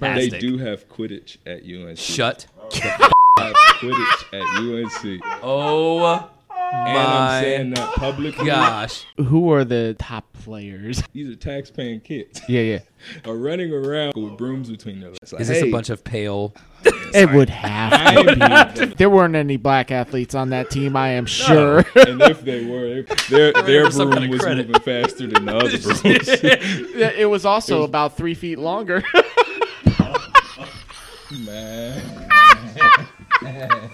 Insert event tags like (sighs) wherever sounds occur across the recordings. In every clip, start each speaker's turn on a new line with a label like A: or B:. A: They
B: fantastic.
A: do have Quidditch at UNC.
B: Shut.
A: They have Quidditch at UNC.
B: (laughs) Oh
A: and I'm
B: my
A: saying that publicly.
B: gosh.
C: Who are the top
B: (laughs)
C: players?
A: These are taxpaying kids (laughs)
C: Yeah, yeah.
A: are running around with brooms between their legs. Like,
B: Is this
A: hey,
B: a bunch of pale?
C: It would have.
B: (laughs)
A: I am (laughs)
C: to be. There weren't any black athletes on that team, I am sure.
A: and if they
B: (laughs)
A: were, they, their their
B: for some
A: broom
B: kind of
A: was
B: credit.
A: moving faster than the
B: (laughs)
A: other brooms.
D: (laughs)
C: it was also about three feet longer.
A: Man. (laughs)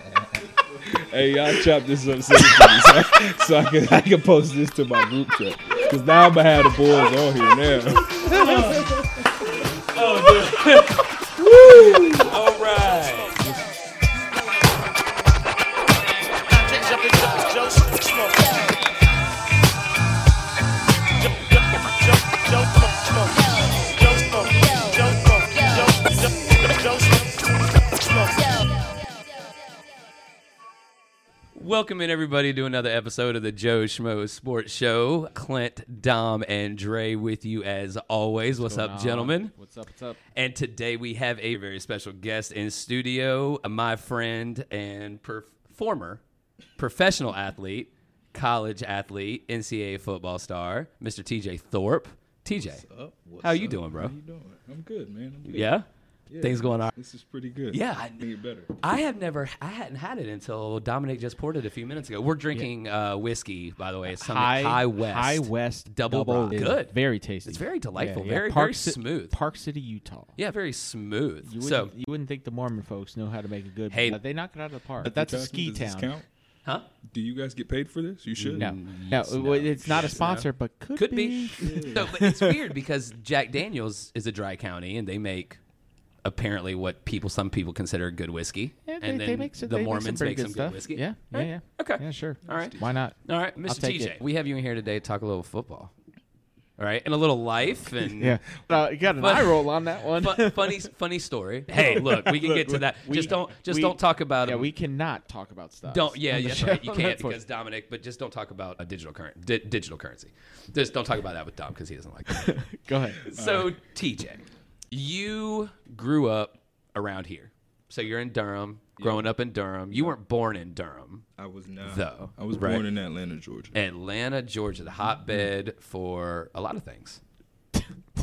A: hey, y'all chop this up so, (laughs) I- so I can I can post this to my group chat. Cause now I'ma have the boys on here now.
B: Welcome in everybody to another episode of the Joe Schmo Sports Show. Clint, Dom, and Dre with you as always. What's, up, gentlemen?
C: What's up? What's up?
B: And today we have a very special guest in studio, my friend and perf- former professional athlete, college athlete, NCAA football star, Mr. TJ Thorpe. TJ, how you doing, bro?
A: How you doing? I'm good, man. I'm good.
B: Yeah? Things going on.
A: This is pretty good.
B: Yeah, I-
A: I need better.
B: I have never, I hadn't had it until Dominic just poured it a few minutes ago. We're drinking uh, whiskey, by the way. It's something-
D: High,
B: High West.
D: High West
B: Double Rock.
D: is
B: Good.
D: Very tasty.
B: It's very delightful, very, very
D: Ci-
B: smooth.
D: Park City, Utah.
B: Yeah, very smooth.
D: You
B: so,
D: wouldn't, you wouldn't think the Mormon folks know how to make a good
B: Hey.
D: but they knock it out of the park. But that's a
A: Justin,
D: ski
A: does this
D: town.
A: count?
B: huh?
A: Do you guys get paid for this? You should.
D: No, no, it-
B: no.
D: it's not a sponsor, but could,
B: Could be. (laughs) no, but it's weird because Jack Daniels is a dry county, and they make apparently what people some people consider good whiskey,
D: Yeah, they,
B: and
D: they
B: then
D: make some,
B: the
D: they
B: Mormons
D: make
B: make
D: some, pretty
B: some good
D: stuff.
B: whiskey.
D: Yeah, yeah,
B: Right?
D: yeah.
B: Okay.
D: Yeah, sure.
B: All right.
D: Why not?
B: All right,
D: I'll
B: Mr.
D: take
B: TJ,
D: it.
B: we have you in here today to talk a little football. All right, and a little life and
D: (laughs) Yeah.
C: Uh, you got an
B: But-
C: eye roll on that one.
D: (laughs)
B: fu- funny funny story. Hey, look, we can get to that. just don't just
D: we-
B: don't talk about
D: Yeah,
B: um,
D: we cannot talk about stuff.
B: Don't yeah,
D: (laughs) on the
B: yeah that's
D: show.
A: (laughs)
B: right. You can't
D: That's what-
B: because Dominic. But just don't talk about a digital current di- digital currency. Just don't talk about that with Dom because he doesn't like. That.
A: (laughs)
D: Go ahead.
B: So TJ, you grew up around here. So you're in Durham, growing up in Durham. You weren't born in Durham,
A: I was not.
B: Though,
A: Uh, I was
B: right.
A: born in Atlanta, Georgia.
B: Atlanta, Georgia, the hotbed for a lot
A: (laughs)
B: of things.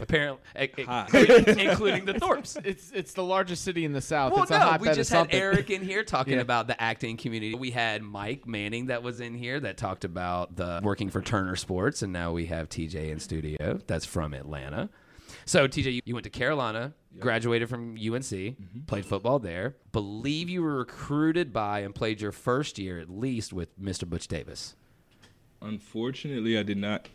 B: Apparently, eh, eh,
A: Hot.
B: including the
A: (laughs)
B: Thorpes.
C: It's it's the largest city in the South.
B: Well,
C: it's a
B: no,
C: hotbed
B: we just
C: of
B: had
C: something.
B: Eric in
C: (laughs)
B: here talking about the acting community. We had Mike Manning that was in here that talked about the working for Turner Sports, and now we have TJ in studio that's from Atlanta. So TJ, you, you went to Carolina, graduated from UNC,
A: Mm-hmm.
B: played football there. Believe you were recruited by and played your first year at least with Mr. Butch Davis.
A: Unfortunately, I did not.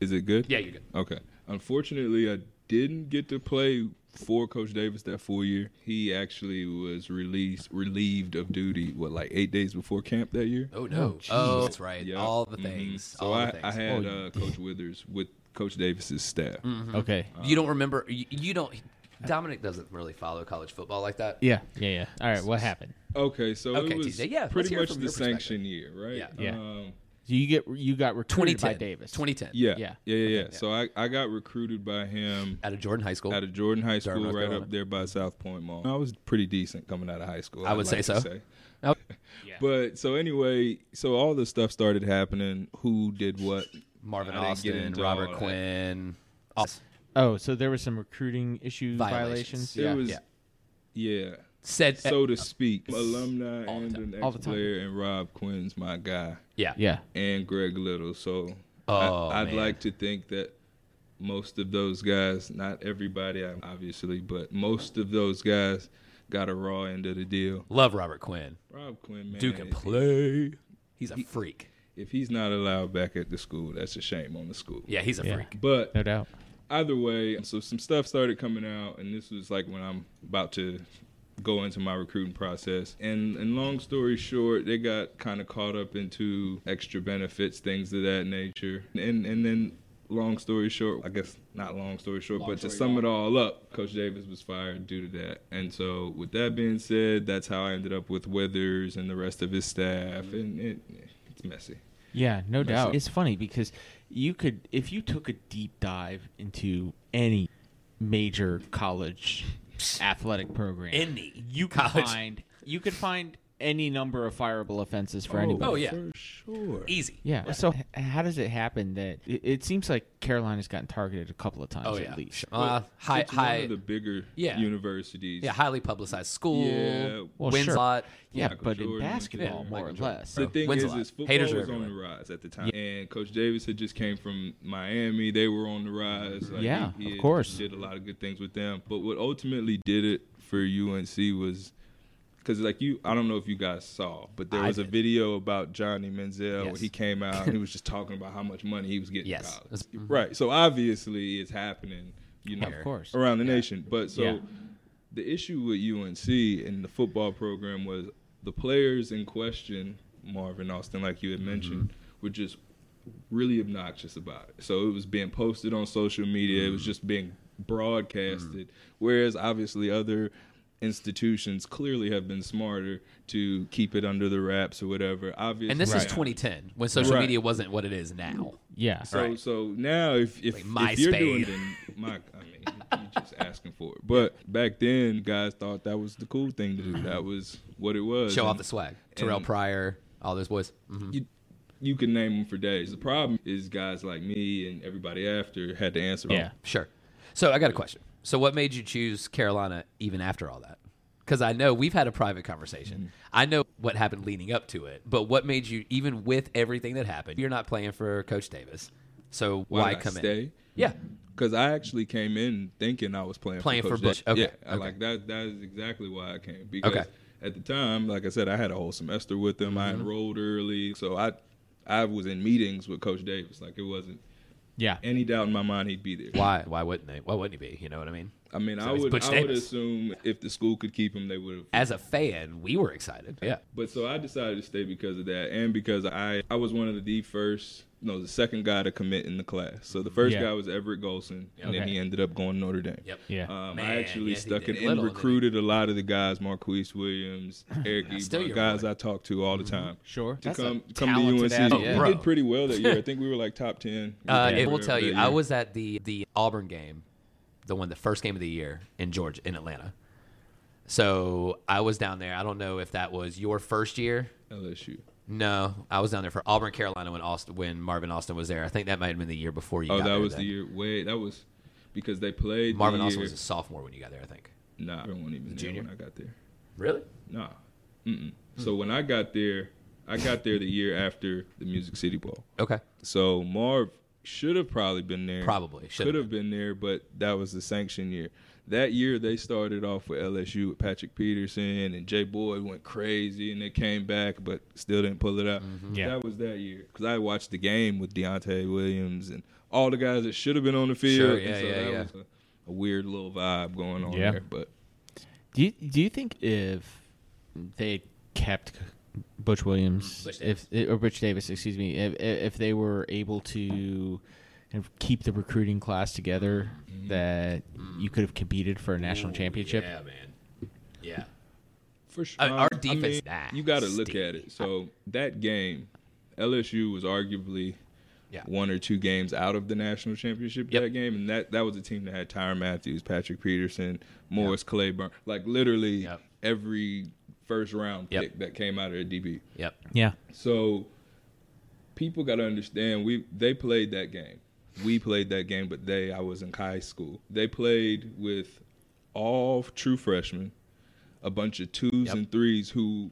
A: Is it good?
B: Yeah, you're good.
A: Okay. Unfortunately, I didn't get to play for Coach Davis that full year. He actually was released, relieved of duty, what, like eight days before camp that year?
B: Oh no! Oh, that's right.
A: Yeah.
B: All the
A: Mhm.
B: things.
A: So
B: all
A: I,
B: the things.
A: I had
B: (laughs)
A: uh, Coach Withers with Coach Davis's staff.
B: Hmm.
D: Mm-hmm. Okay.
A: uh,
B: you don't remember? You, you don't. Dominic doesn't really follow college football like that.
D: Yeah, yeah, yeah. All right, what happened?
A: Okay, so
B: Okay,
A: it was
B: TJ, yeah, let's
A: pretty
B: hear it
A: much
B: from
A: the
B: your perspective.
A: sanction year, right?
B: Yeah.
D: Yeah.
A: Um,
D: So you get you got recruited
B: 2010.
D: by Davis.
B: 2010.
A: yeah.
D: Yeah.
A: Yeah. Yeah. Yeah. So I, I got recruited by him
B: Out of Jordan High School.
A: out of Jordan High School,
B: Durham, North
A: right
B: Carolina.
A: up there by South Point Mall. I was pretty decent coming out of high school.
B: I would
A: I'd like
B: say
A: to
B: so. Oh.
A: (laughs) But so anyway, so all this stuff started happening. Who did what?
B: Marvin
A: I didn't get
B: Austin,
A: into
B: Robert
A: all that.
B: Quinn. Aus-
D: Oh, so there was some recruiting issue
B: Violations.
D: violations.
A: It
D: Yeah.
A: was,
B: yeah.
A: yeah,
B: Said
A: so to speak, alumni
B: all the
A: and
B: time.
A: an
D: All the time.
A: ex-player, and Rob Quinn's my guy,
B: yeah.
D: yeah.
A: and Greg Little. So
B: Oh,
A: I, I'd
B: man.
A: like to think that most of those guys, not everybody, obviously, but most of those guys got a raw end of the deal.
B: Love Robert Quinn.
A: Rob Quinn, man,
B: Duke can play. He's a freak.
A: if he's not allowed back at the school, that's a shame on the school.
B: Yeah, he's a
D: Yeah.
B: freak.
A: But
D: No doubt.
A: either way, so some stuff started coming out, and this was like when I'm about to go into my recruiting process. And and long story short, they got kind of caught up into extra benefits, things of that nature. And and then long story short, I guess not long story short, but to sum it all up, Coach Davis was fired due to that. And so with that being said, that's how I ended up with Withers and the rest of his staff, and it, it's messy.
D: Yeah, no
A: Messy.
D: doubt. It's funny because you could if you took a deep dive into any major college athletic program.
B: Any
D: you could
B: college.
D: find you could find any number of fireable offenses for anybody.
B: Oh, yeah.
A: for sure.
B: Easy.
D: Yeah. So h- how does it happen that it, it seems like Carolina's gotten targeted a couple of times
B: Oh
D: at
B: yeah.
D: least?
B: Uh, high
A: It's one
B: high
A: of the bigger
B: Yeah.
A: universities.
B: yeah, highly publicized school.
A: Yeah.
D: Well,
B: wins
D: sure.
B: a lot.
D: Yeah,
A: Michael
D: but in
A: Jordan.
D: basketball,
B: Yeah,
D: more
B: Michael
D: or
B: Jordan,
D: less.
B: bro.
A: The thing
B: Wins a
A: is,
B: lot.
A: is football
B: Haters are
A: was on the
B: everywhere.
A: rise at the time, and Coach Davis had just came from Miami. They were on the rise. Like,
D: Yeah,
A: he, he
D: of
A: had
D: course.
A: did a lot of good things with them. But what ultimately did it for UNC was because, like you, I don't know if you guys saw, but there
B: I
A: was a
B: did.
A: video about Johnny Manziel where
B: Yes.
A: he came out and he
B: (laughs)
A: was just talking about how much money he was getting.
B: Yes.
A: out.
B: That's- mhm.
A: right. So obviously, it's happening. You know,
B: Of
D: course.
A: around the nation. But so
D: Yeah.
A: the issue with UNC and the football program was the players in question, Marvin Austin, like you had mentioned, were just really obnoxious about it. So it was being posted on social media, it was just being broadcasted. Whereas obviously other institutions clearly have been smarter to keep it under the wraps or whatever. Obviously
B: And this is
A: Right.
B: 2010 when social
A: Right.
B: media wasn't what it is now.
D: Yeah.
A: So
B: Right.
A: so now if if,
B: Like
A: if you're doing
B: MySpace.
A: the, my I mean you're just asking for it. But back then guys thought that was the cool thing to do. That was what it was.
B: Mm-hmm. Show
A: And
B: off the swag. Terrell
A: and-
B: Pryor, all those boys. Mhm.
A: You, you can name them for days. The problem is guys like me and everybody after had to answer.
D: Yeah.
B: Sure. So I got a question. So what made you choose Carolina even after all that? Because I know we've had a private conversation.
A: Mm-hmm.
B: I know what happened leading up to it, but what made you even with everything that happened? You're not playing for Coach Davis, so
A: Why,
B: why,
A: did I
B: come in?
A: stay?
B: Yeah,
A: Because I actually came in thinking I was playing
B: Playing for
A: Coach
B: Bush.
A: Davis.
B: Okay,
A: Yeah, I
B: okay.
A: like that. That is exactly why I came because
B: Okay. Mm-hmm.
A: at the time, like I said, I had a whole semester with him. I enrolled early, so I I was in meetings with Coach Davis. Like it wasn't
D: Yeah.
A: any doubt in my mind he'd be there.
B: why? Why wouldn't they? Why wouldn't he be? You know what I mean?
A: I mean, I
B: he's
A: would
B: Butch
A: I would
B: Davis.
A: assume if the school could keep him, they would have.
B: As a fan, we were excited. Yeah,
A: But so I decided to stay because of that, and because I I was one of the first, no, the second guy to commit in the class. So the first
D: Yeah.
A: guy was Everett Golson, and then
D: Okay.
A: he ended up going to Notre Dame.
B: yep,
D: Yeah.
A: Um,
B: Man,
A: I actually
B: yes, he
A: stuck in
B: did.
A: and
B: Little, didn't he?
A: recruited a lot of the guys, Marquise
B: (laughs)
A: Williams, Eric
B: still
A: Ebron,
B: your
A: guys
B: boy. Mm-hmm.
A: I talk to all the time.
D: Sure.
A: To
D: That's a
A: come, come to
D: talented
A: UNC,
D: athlete.
B: Oh,
A: we
B: bro.
A: did pretty well that
B: (laughs)
A: year. I think we were like top ten.
B: Uh, it
A: Yeah.
B: will tell you.
A: That
B: I
A: year.
B: was at the the Auburn game, the one the first game of the year in Georgia in Atlanta. So I was down there. I don't know if that was your first year.
A: LSU.
B: No, I was down there for Auburn, Carolina when Austin when Marvin Austin was there. I think that might have been the year before you.
A: Oh,
B: got
A: that
B: there
A: was
B: then.
A: the year. Wait, that was because they played the
B: Marvin Austin
A: year-
B: was a sophomore when you got there. I think.
A: Nah, I wasn't even
B: Junior? Hmm.
A: there when I got there.
B: Really?
A: Nah. Mm-mm. So when I got there, I got there the year after the Music City Bowl.
B: Okay.
A: So Marv should have probably been there.
B: Probably should
A: Could have been there, but that was the sanction year. That year they started off with LSU with Patrick Peterson and Jay Boyd went crazy and they came back but still didn't pull it out.
B: Mm-hmm.
D: Yeah.
A: That was that year because I watched the game with Deontay Williams and all the guys that should have been on the field.
B: Sure,
A: and
B: yeah,
A: so
B: yeah,
A: that
B: yeah.
A: was a, a weird little vibe going on
D: Yeah.
A: there. But
D: Do you, do you think if they had kept Butch
B: Mm,
D: Williams,
B: Butch
D: if or Butch Davis, excuse me, if if they were able to kind of keep the recruiting class together, that you could have competed for a national championship?
B: Mm-hmm. Yeah, man. Yeah.
A: For sure.
B: Uh, our defense is that
A: you got to look
B: sticky.
A: at it. So that game, LSU was arguably
B: Yeah.
A: one or two games out of the national championship
B: Yep.
A: that game, and that that was a team that had Tyron Matthews, Patrick Peterson, Morris Claiborne, like literally
B: Yep.
A: every first round
B: Yep.
A: pick that came out of the DB.
B: Yep.
D: Yeah.
A: So people got to understand we they played that game. We played that game, but they I was in high school. They played with all true freshmen, a bunch of twos
B: Yep.
A: and threes who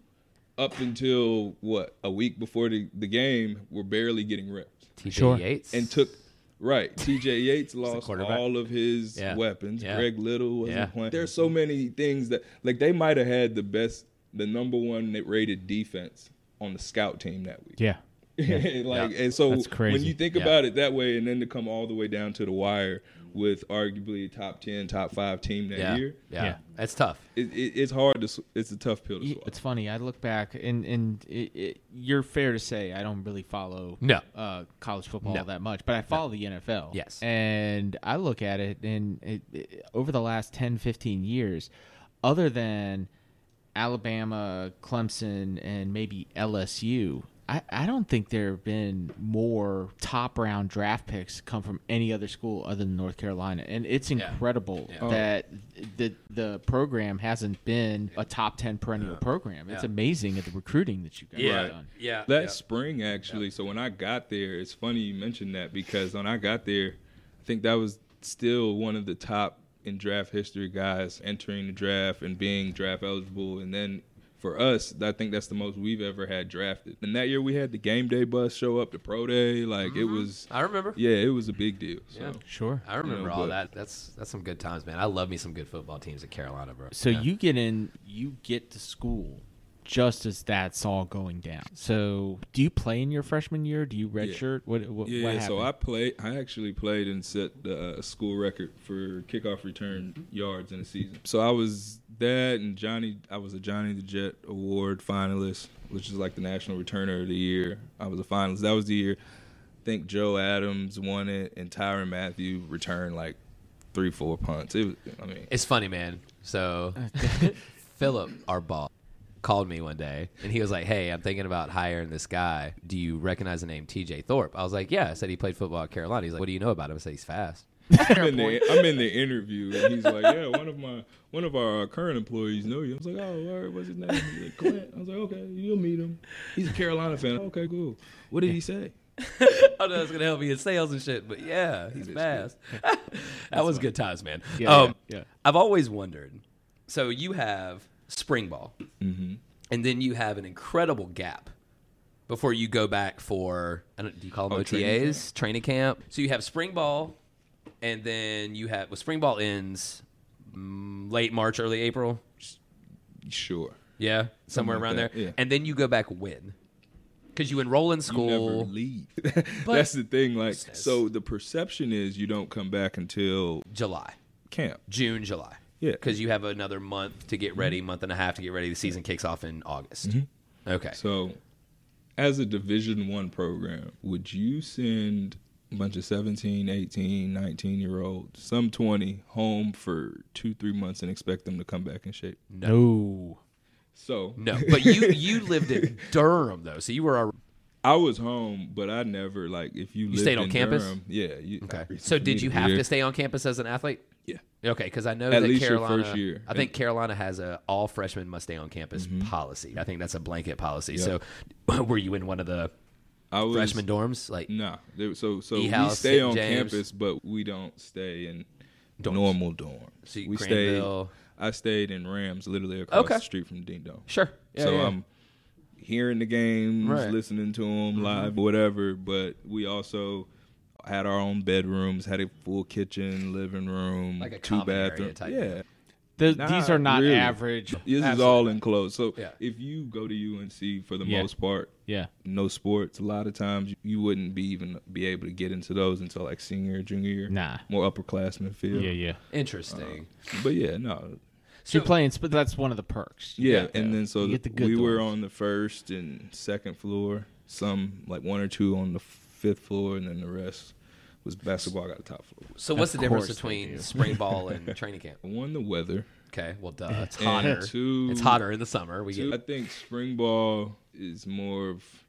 A: up until what a week before the, the game were barely getting reps
B: TJ
D: Sure.
B: Yates
A: and took right.
B: (laughs)
A: TJ Yates lost
B: quarterback.
A: all of his
B: Yeah.
A: weapons.
B: Yeah.
A: Greg Little wasn't
B: Yeah.
A: playing. Mm-hmm. There's so many things that like they might have had the best, the number one rated defense on the scout team that week.
D: Yeah.
A: (laughs) like and so
D: That's crazy.
A: when you think
B: Yeah.
A: about it that way, and then to come all the way down to the wire with arguably a top ten, top five team that
B: Yeah. yeah.
A: year,
D: Yeah.
B: That's tough.
A: it, it, it's hard to. s- It's a tough pill to swallow.
D: It's funny. I look back, and and it, it, you're fair to say I don't really follow
B: No.
D: uh, college football
B: No.
D: that much, but I follow the NFL.
B: Yes.
D: and I look at it, and it, it- over the last 10, 15 years, other than Alabama, Clemson, and maybe LSU, I, I don't think there have been more top round draft picks come from any other school other than North Carolina, and it's incredible
B: Yeah.
D: that the the program hasn't been a top ten perennial program. It's
B: Yeah.
D: amazing at the recruiting that you guys
B: Yeah.
D: have done.
B: Yeah.
A: that
B: yeah.
A: spring actually. So when I got there, it's funny you mentioned that because when I got there, I think that was still one of the top in draft history guys entering the draft and being draft eligible. And then for us, I think that's the most we've ever had drafted. And that year we had the game day bus show up to pro day. Like it was,
B: I remember.
A: yeah, it was a big deal. So.
B: Mm-hmm. Yeah.
D: Sure.
B: I remember
A: know,
B: all
A: but-
B: that. That's that's some good times, man. I love me some good football teams in Carolina, bro.
D: So
B: Yeah.
D: you get in, you get to school just as that's all going down. So do you play in your freshman year? Do you redshirt? What, what,
A: Yeah,
D: what
A: yeah, so I
D: happened?
A: played. I actually played and set the uh, school record for kickoff
D: Mm-hmm.
A: return yards in a season. So I was that, and Johnny. I was a Johnny the Jet Award finalist, which is like the national returner of the year. I was a finalist. That was the year. I think Joe Adams won it, and Tyron Matthew returned like three, four punts. It was. I mean,
B: It's funny, man.
D: (laughs)
B: So Philip, our boss, called me one day and he was like, Hey, I'm thinking about hiring this guy. Do you recognize the name TJ Thorpe? I was like, Yeah. I said he played football at Carolina. He's like, What do you know about him? I said he's fast.
A: I'm in, the, I'm in the interview, and he's like, "Yeah, one of my one of our current employees know you." I was like, "Oh, word, what's his name?" He's like, Clint. I was like, "Okay, you'll meet him. He's a Carolina fan." Okay, cool. What did he say?
B: oh no, it's gonna help me in sales and shit. But yeah,
A: (laughs)
B: he's fast. that was good times, man.
D: Yeah,
B: um,
D: yeah, yeah.
B: I've always wondered. So you have spring ball,
A: Mm-hmm.
B: and then you have an incredible gap before you go back for I don't, do you call them
A: Oh,
B: OTAs,
A: training
B: training camp. So you have spring ball, and then you have well, spring ball ends mm, late March, early April.
A: Sure.
B: Yeah, somewhere
A: like
B: around
A: that,
B: there.
A: yeah.
B: And then you go back when? Because you enroll in
A: You
B: school.
A: never leave. That's the thing. Like,
B: Says-
A: so the perception is you don't come back until
B: July,
A: camp.
B: June, July.
A: Yeah.
B: Because you have another month to get ready, month and a half to get ready. The season kicks off in August. Okay.
A: Mm-hmm. So, as a Division One program, would you send a bunch of 17, 18, 19 year olds, some 20, home for two, three months and expect them to come back in shape?
D: No.
A: So
B: no, but you you lived in (laughs) Durham though, so you were a,
A: I was home, but I never like if you, lived
B: stayed on
A: in
B: campus?
A: Durham, yeah. You,
B: okay.
A: reason
B: So
A: for me
B: did you
A: be
B: have
A: here.
B: to stay on campus as an athlete?
A: Yeah.
B: Okay, because I know
A: At
B: that
A: least your
B: Carolina.
A: first year. Mm-hmm.
B: I think Carolina has a all freshmen must stay on campus policy. I think that's a blanket policy. So, (laughs) were you in one of the
A: I was
B: freshman dorms? Like,
A: Nah, there, so so we
B: E-house,
A: stay
B: St.
A: on
B: James.
A: campus, but we don't stay in normal dorms.
B: So you-
A: we
B: Granville.
A: I stayed in Rams, literally across
B: Okay.
A: the street from Ding Dong.
B: sure. Yeah,
A: so um,
B: yeah, yeah.
A: I'm hearing the games,
B: Right. Mm-hmm.
A: listening to them live, whatever. But we also had our own bedrooms, had a full kitchen, living room,
B: Like a
A: two
B: common area
A: bathrooms.
B: type
A: yeah,
D: The,
A: Nah,
D: these are not
A: really.
D: average.
A: this is
D: Absolutely.
A: all enclosed. So
B: Yeah.
A: if you go to UNC for the
D: Yeah.
A: most part,
D: Yeah.
A: no sports. A lot of times you wouldn't be even be able to get into those until like senior, junior year.
D: Nah.
A: more upperclassmen feel.
D: Yeah, yeah.
B: Interesting.
A: But yeah, no,
D: So you're playing, but that's one of the perks.
A: yeah. and then so
D: You get the good
A: we were
D: dorms.
A: on the first and second floor. Some like one or two on the fifth floor, and then the rest was basketball. Got the top floor.
B: so what's the difference
D: course they
B: between
D: do.
B: spring
A: (laughs)
B: ball and training camp?
A: One, the weather.
B: Okay, well, duh. It's
A: And
B: hotter.
A: two-
B: it's hotter in the summer. We
A: Two, I
B: get
A: think spring ball is more of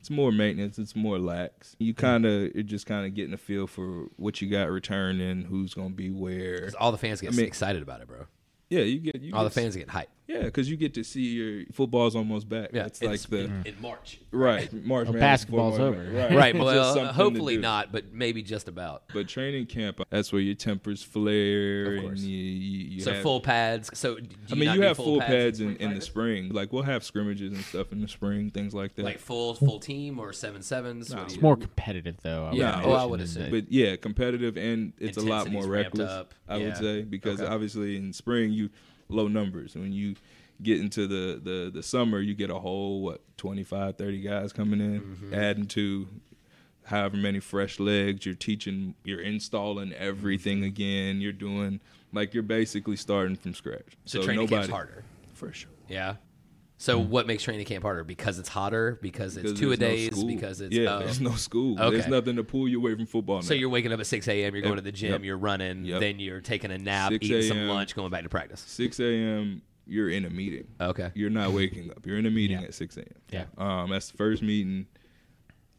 A: it's more maintenance. It's more lax. You kind of you're just kind of getting a feel for what you got returning, who's gonna be where.
B: all the fans get
A: I mean-
B: excited about it, bro.
A: Yeah, you get you
B: All the
A: get-
B: fans get hyped.
A: Yeah, because you get to see your football's almost back.
B: Yeah,
A: it's like the
B: in, in March.
A: right March Madness,
D: basketball's
A: football,
D: over.
A: Right, (laughs)
B: Right.
A: It's just
B: Well,
A: something to
B: hopefully
A: do.
B: not, but maybe just about.
A: But training camp, that's where your tempers flare.
B: Of course.
A: And you, you, you
B: so
A: have,
B: full pads. So do you
A: I mean,
B: not
A: you
B: do
A: have full pads, in, in the
B: practice?
A: spring. Like we'll have scrimmages and stuff in the spring, things like that.
B: like full full team or seven sevens. What do
A: It's
B: you-
D: More competitive though. I would
B: Yeah, oh, I
D: imagine,
B: would
D: than
B: assume.
A: but yeah, competitive and it's a lot more
B: Intensity's ramped
A: reckless.
B: up.
A: I would
B: Yeah.
A: say because
B: Okay.
A: obviously in spring you low numbers. When you get into the the the summer, you get a whole what 25, 30 guys coming in,
B: Mm-hmm.
A: adding to however many fresh legs. You're teaching, you're installing everything
B: Mm-hmm.
A: again. You're doing like you're basically starting from scratch.
B: so, training camp's harder.
A: for sure.
B: Yeah. So what makes training camp harder? Because it's hotter. Because it's
A: Because
B: two a
A: there's no
B: days.
A: school.
B: because it's
A: yeah,
B: oh.
A: there's no school. There's
B: Okay.
A: nothing to pull you away from football.
B: So
A: now.
B: you're waking up at 6 a.m. You're going to the gym.
A: Yep.
B: You're running.
A: Yep.
B: Then you're taking a nap,
A: 6
B: eating some
A: a.m..
B: lunch, going back to practice.
A: 6 a.m. you're in a meeting.
B: Okay.
A: (laughs) You're not waking up. You're in a meeting
D: Yeah.
A: at 6 a.m.
D: Yeah.
A: Um, that's the first meeting.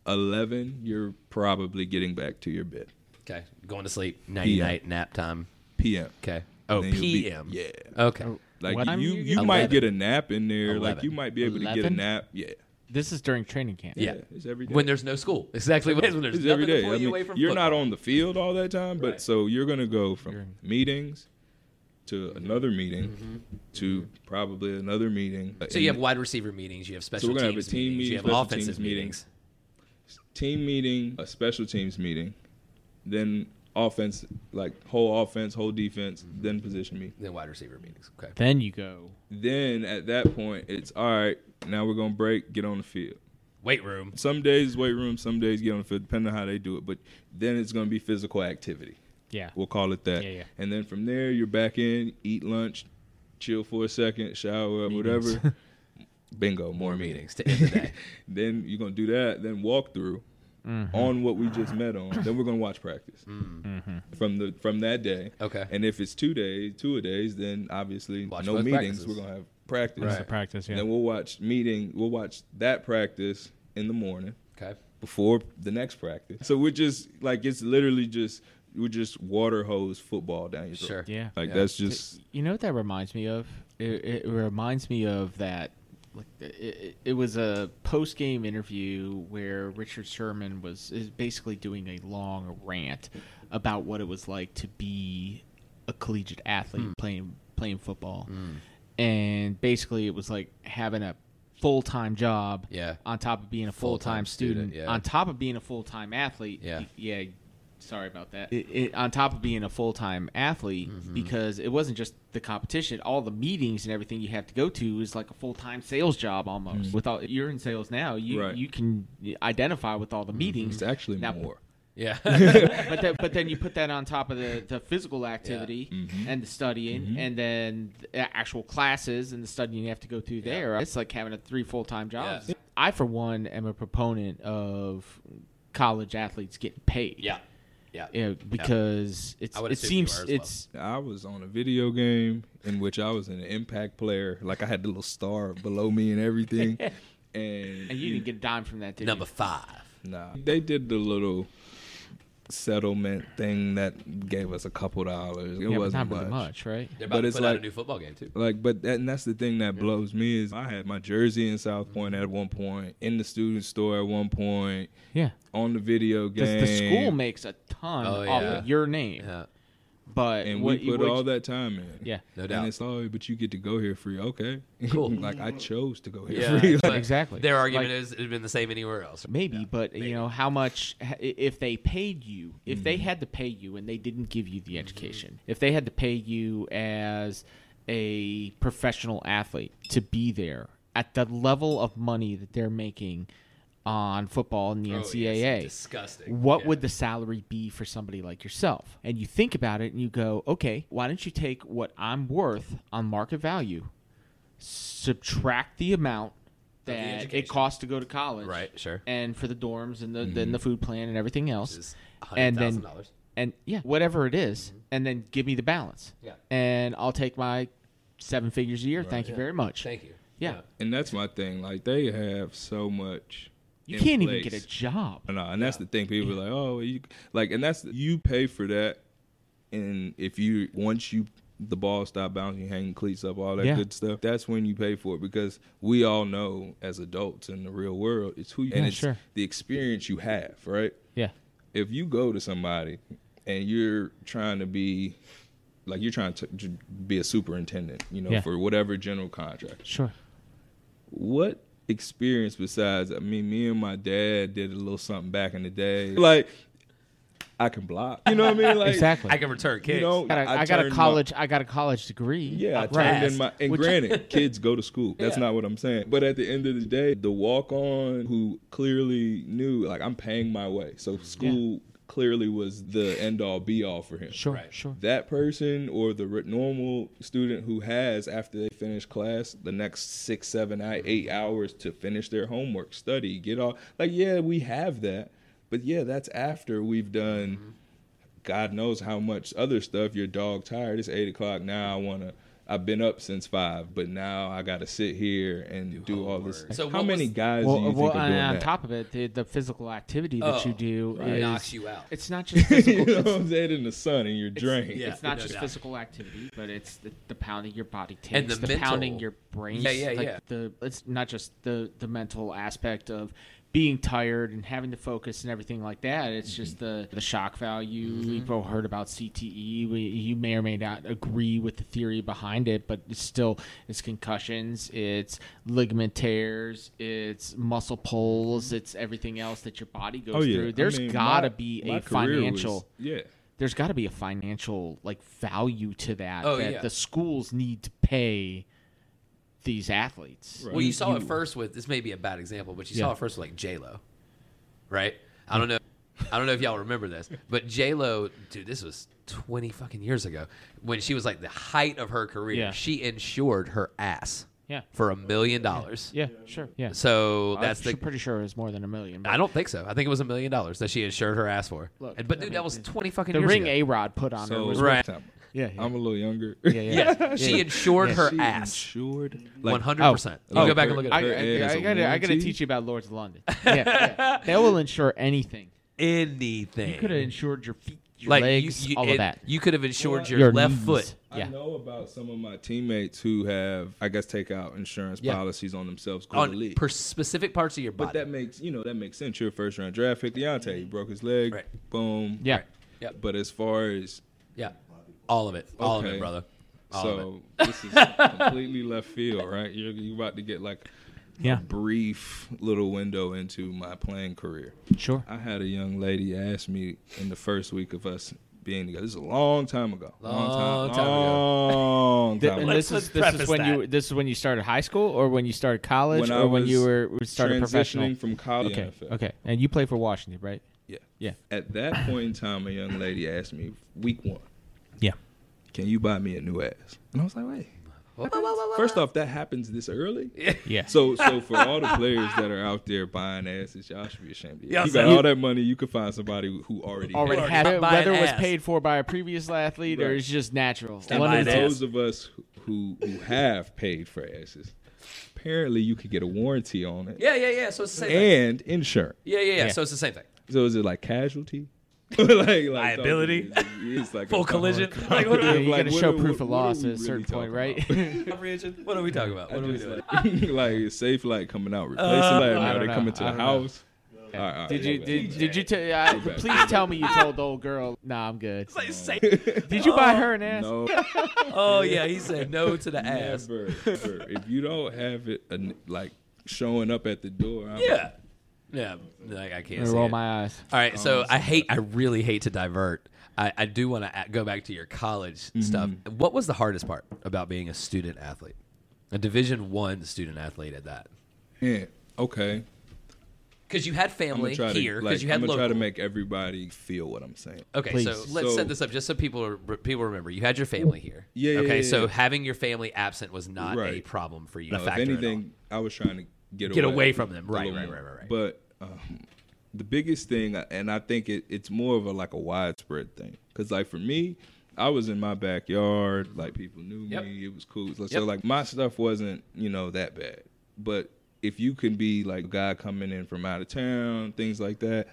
A: 11, you're probably getting back to your bed.
B: Okay. Going to sleep. Nighty
A: Yeah.
B: night. Nap time.
A: PM.
B: Okay. Oh,
A: Then you'll be-
B: PM.
A: yeah.
B: Okay.
A: Like
D: What
A: you,
D: time
A: you,
D: are you
A: you
D: getting
A: might
B: back?
A: get a nap in there. Like
B: Eleven.
A: you might be able to get a
D: Eleven?
A: nap. Yeah.
D: This is during training camp.
B: Yeah.
A: It's every day.
B: When there's no school. Exactly what it is. (laughs) When there's
A: it's
B: nothing
A: every day.
B: to pull
A: I
B: you
A: mean,
B: away from
A: you're not
B: football.
A: on the field all that time, but
B: Right.
A: so you're going to go from meetings to another meeting to probably another meeting.
B: Mm-hmm. So you have wide receiver meetings. You have special
A: we're gonna have
B: teams
A: a team
B: meetings.
A: meeting,
B: you have
A: special
B: offensive
A: teams meeting.
B: meetings.
A: team meeting, a special teams meeting, then offense, like whole offense, whole defense, then position meeting.
B: Then wide receiver meetings. Okay.
D: Then you go.
A: Then at that point, it's all right. Now we're gonna break, get on the field.
B: Weight room.
A: Some days weight room, some days get on the field, depending on how they do it. But then it's gonna be physical activity.
D: Yeah.
A: We'll call it that.
D: Yeah, yeah.
A: And then from there, you're back in, eat lunch, chill for a second, shower up,
B: (laughs)
A: whatever. Bingo, more meetings.
B: Meetings to end the day.
A: (laughs) then you're gonna do that. Then walk through
B: Mm-hmm.
A: on what we just met on. then we're gonna watch practice
B: Mm-hmm.
A: from the from that day.
B: Mm. Okay.
A: And if it's two days, two a days, then obviously
B: Watch
A: no
B: both
A: meetings.
B: practices.
A: We're gonna have practice.
B: Right.
D: Practice.
A: And then we'll watch meeting. We'll watch that practice in the morning
B: Okay.
A: before the next practice. So we're just like it's literally just we're just water hose football down your throat.
B: Sure.
D: Yeah.
A: Like
B: Yeah.
A: that's just
D: You know what that reminds me of? It, it reminds me of that. Like it, it, it was a post game interview where Richard Sherman was is basically doing a long rant about what it was like to be a collegiate athlete
B: Hmm.
D: playing playing football, and basically it was like having a full time job
B: Yeah.
D: on top of being a full
B: Full-time
D: time
B: student,
D: student,
B: yeah.
D: on top of being a full time athlete.
B: Yeah.
D: yeah. Sorry about that. It, it, on top of being a full time athlete, because it wasn't just the competition, all the meetings and everything you have to go to is like a full time sales job almost. With all you're in sales now, you
A: Right.
D: you can identify with all the meetings.
A: it's actually
D: Now-
A: more.
B: Yeah.
A: (laughs)
D: but then, but then you put that on top of the, the physical activity
B: Mm-hmm.
D: and the studying, and then the actual classes and the studying you have to go through there. It's like having a three full time jobs.
B: Yeah.
D: I, for one, am a proponent of college athletes getting paid.
B: yeah. Yeah.
D: You know, because
B: I would
D: it's it
B: assume you
D: seems
B: are as well.
D: it's
A: I was on a video game in which I was an impact player. Like I had the little star below me and
D: (laughs)
A: everything. And,
D: and you didn't get a dime from that, did
B: Number
D: you?
B: five.
A: nah, they did the little settlement thing that gave us a couple dollars. It
D: Yeah, but
A: wasn't
D: not really
A: much.
D: much, right?
B: They're
A: But
B: about to
A: it's
B: put out a
A: like-
B: new football game too.
A: Like, but that, and that's the thing that blows me is I had my jersey in South Point at one point, in the student store at one point,
D: Yeah,
A: on the video game.
D: because the school makes a ton
B: Oh,
D: off
B: yeah.
D: of your name,
B: Yeah.
D: but
A: and
D: what,
A: we put
D: what-
A: all that time in.
D: Yeah,
B: No doubt.
A: And it's all, but you get to go here free. Okay.
B: Cool.
A: (laughs) like I chose to go here (laughs)
B: Yeah,
A: free.
B: but
D: Exactly.
B: Their argument
D: Like-
B: is it'd been the same anywhere else.
D: Maybe, but you know how much h- if they paid you, if they
B: Mm-hmm.
D: had to pay you and they didn't give you the education, if they had to pay you as a professional athlete to be there at the level of money that they're making on football in the
B: Oh,
D: NCAA,
B: yes, disgusting.
D: What
B: Yeah.
D: would the salary be for somebody like yourself? And you think about it and you go, okay, why don't you take what I'm worth on market value, subtract the amount
B: the
D: that
B: education.
D: it costs to go to college,
B: Right, sure.
D: and for the dorms and the then the food plan and everything else,
B: is
D: and then
B: $100,000.
D: and yeah, whatever it is, and then give me the balance.
B: Yeah.
D: and I'll take my seven figures a year. Thank you
B: Yeah.
D: very much.
B: Thank you.
D: Yeah.
A: And that's my thing. Like they have so much.
D: you
A: in
D: can't
A: place.
D: even get a job.
A: No, and that's the thing. People are like, oh, you like, and that's you pay for that. And if you once you the ball stop bouncing, you hang cleats up, all that
D: Yeah.
A: good stuff. That's when you pay for it because we all know as adults in the real world, it's who you and
D: Yeah,
A: it's
D: sure.
A: the experience you have, right?
D: Yeah,
A: if you go to somebody and you're trying to be like you're trying to j- be a superintendent, you know,
D: Yeah.
A: for whatever general contract.
D: sure.
A: What experience besides I mean me and my dad did a little something back in the day. Like I can block. You know what I
D: (laughs)
A: mean? Like
D: exactly.
B: I can return kicks.
A: you know,
D: got a, I, got a
A: turned my-
D: college. I got a college degree.
A: yeah, I
D: Right.
A: turned in my. And
D: Which-
A: granted, kids go to school. That's
B: Yeah.
A: not what I'm saying. But at the end of the day, the walk on who clearly knew, like, I'm paying my way. So school clearly was the end all be all for him.
D: Sure,
B: Right.
D: sure.
A: That person or the re- normal student who has, after they finish class, the next six, seven, i-
D: Mm-hmm.
A: eight hours to finish their homework, study, get all. Like, yeah, we have that. But yeah, that's after we've done.
D: Mm-hmm.
A: God knows how much other stuff your dog tired. It's eight o'clock now. I wanna I've been up since five, but now I got to sit here and do, all this.
B: homework. So
A: how
B: what
A: many
B: was-
A: guys
D: Well, uh,
A: do you
D: well,
A: think are
D: and
A: doing
D: on
A: that?
D: top of it, the, the physical activity that
B: Oh,
D: you do
B: right.
D: is-
B: Knocks you out.
D: It's
A: (laughs)
D: not just physical.
A: you know what
D: it's,
A: I'm saying? In the sun and you're drained.
B: yeah.
D: it's not
B: it
D: just
B: does.
D: physical activity, but it's the, the pounding your body takes,
B: And the mental-
D: pounding your brain.
B: Yeah, yeah,
D: like
B: yeah.
D: The it's not just the the mental aspect of being tired and having to focus and everything like that.
A: Mm-hmm.
D: It's just the the shock value. We've all heard about CTE. We, you may or may not agree with the theory behind it, but it's still it's concussions, it's ligament tears, it's muscle pulls, it's everything else that your body goes
A: Mm-hmm. Oh yeah.
D: through.
A: I
D: There's
A: mean, my-
D: gotta be
A: my
D: a
A: career was-
D: financial
A: yeah.
D: there's got to be a financial like value to that
B: Oh,
D: that
B: yeah.
D: the schools need to pay these athletes.
A: Right.
B: Well, you saw it first with this may be a bad example, but you saw
D: Yeah.
B: it first with like J Lo, right? I don't know, I don't know if y'all remember this, but J Lo, dude, this was twenty fucking years ago when she was like the height of her career.
D: Yeah.
B: She insured her ass,
D: Yeah.
B: for a million dollars.
D: Yeah, sure. Yeah. Uh,
B: So that's the.
D: I'm su- pretty sure it was more than a million. but
B: I don't think so. I think it was a million dollars that she insured her ass for.
D: Look,
B: And- but
D: I
B: dude,
D: mean,
B: that was twenty fucking
D: the
B: years
D: ring
B: ago.
D: A Rod put on her
A: So
D: was
B: Right.
D: Yeah, yeah.
A: I'm a little younger.
D: yeah, yeah.
A: (laughs)
B: yeah, she insured her
A: She
B: ass,
A: Insured.
B: one
A: Like,
B: hundred percent.
A: oh,
B: Go back and look at
D: I,
B: it.
A: Her
D: I,
A: ass
D: I
A: a
D: gotta, I gotta
A: warranty?
D: teach you about Lords
B: (laughs)
D: of London. Yeah, yeah. they will insure anything.
B: Anything.
D: You could have insured your feet, your
B: like you-
D: legs,
B: you,
D: all
B: it-
D: of that.
B: You could have insured your,
D: Your
B: left
D: knees.
B: foot.
A: I
D: Yeah.
A: know about some of my teammates who have, I guess, take out insurance
B: Yeah.
A: policies on themselves. go to the
B: on
A: league.
B: per specific parts of your
A: But
B: body.
A: that makes you know that makes sense. You're a first round draft pick. Deontay he broke his leg.
B: Right.
A: Boom.
D: yeah,
B: yep.
A: But as far as
B: Yeah. All of it. All of it,
A: Okay.
B: brother. All of
A: so
B: it.
A: this
B: (laughs)
A: is completely left field, right? You're you about to get like
D: yeah,
A: brief little window into my playing career.
D: sure.
A: I had a young lady ask me in the first week of us being together. This is a long time ago.
B: Long
A: long
B: time
A: time.
B: ago.
A: Long
D: Th-
A: time
D: and
A: ago.
D: this
B: let's
D: is this
B: preface
D: is when you
B: that.
D: this is when you started high school or when you started college
A: When I
D: or when you
A: was
D: were started professional.
A: Transitioning from college. to
D: Okay,
A: NFL.
D: okay, and you play for Washington, right?
A: Yeah.
D: Yeah,
A: At that point in time, a young lady asked me, week one,
D: yeah.
A: can you buy me a new ass? And I was like, wait. First off, that happens this early.
D: Yeah.
A: So, so for all the players that are out there buying asses, y'all should be ashamed. Of
B: Y'all
A: you you got
B: said-
A: all that money, you could find somebody who already.
D: already
B: Already
D: had it,
B: buy an
D: whether it was
B: ass.
D: paid for by a previous athlete or
A: Right.
D: it's just natural.
A: And
B: buy
A: for
B: an ass.
A: those of us who who have paid for asses, apparently you could get a warranty on it
B: Yeah, yeah, yeah. So it's the same thing.
A: and insurance.
B: Yeah, yeah, yeah,
D: Yeah.
B: So it's the same thing.
A: So is it like casualty? (laughs) like, like
B: Liability?
A: It's, it's like a
B: Full
A: car
B: collision?
A: crash.
B: Like, what are-
D: Yeah, (laughs)
B: (laughs)
D: you
A: Like,
D: gotta
A: what
D: show
A: are-
D: proof
A: what-
D: of
A: what are
D: loss
A: we
D: at a certain
A: really
D: point,
A: talking
D: right?
A: about?
B: Comprehension? What are we talking about? What are we
A: Just
B: doing?
A: (laughs) like, like safe like coming out replacing like
D: I
A: now
D: don't
A: they
D: know.
A: coming to
D: I
A: the
D: don't know.
A: house. All right, all right,
D: (laughs) did you
A: my
D: did,
A: bad. (laughs)
D: did you tell? Uh,
A: bad.
D: please tell me you told the old girl. Nah, I'm good.
B: It's like say,
D: Did you buy her an ass?
A: No,
B: oh yeah, he said no to the ass.
A: never, ever. If you don't have it, uh, like showing up at the door, I'm
B: Yeah, yeah. Like I can't
D: I
B: see
D: roll
B: it.
D: my eyes.
B: All right,
A: Oh,
B: so I hate, I really hate to divert. I, I do want to go back to your college
A: Mm-hmm.
B: stuff. What was the hardest part about being a student athlete, a Division One student athlete at that?
A: yeah, okay.
B: Because you had
A: I'm
B: family
A: gonna try
B: here,
A: to
B: because
A: like,
B: you had
A: I'm gonna try
B: local.
A: to make everybody feel what I'm saying.
B: okay, so
D: Please.
B: let's
A: So-
B: set this up just so people are, people remember. You had your family here.
A: Yeah, yeah,
B: Okay,
A: yeah,
B: so
A: yeah.
B: having your family absent was not a
A: Right.
B: problem for you.
A: No,
B: a
A: if
B: factor at all.
A: anything, I was trying to get
B: Get
A: away,
B: away from them.
A: a
B: Right,
A: little
B: right,
A: more.
B: right, right, right.
A: But um, the biggest thing, and I think it, it's more of a like a widespread thing, because like for me, I was in my backyard, like people knew
B: Yep.
A: me, it was cool. So,
B: Yep.
A: like my stuff wasn't you know that bad, but if you can be like a guy coming in from out of town, things like that.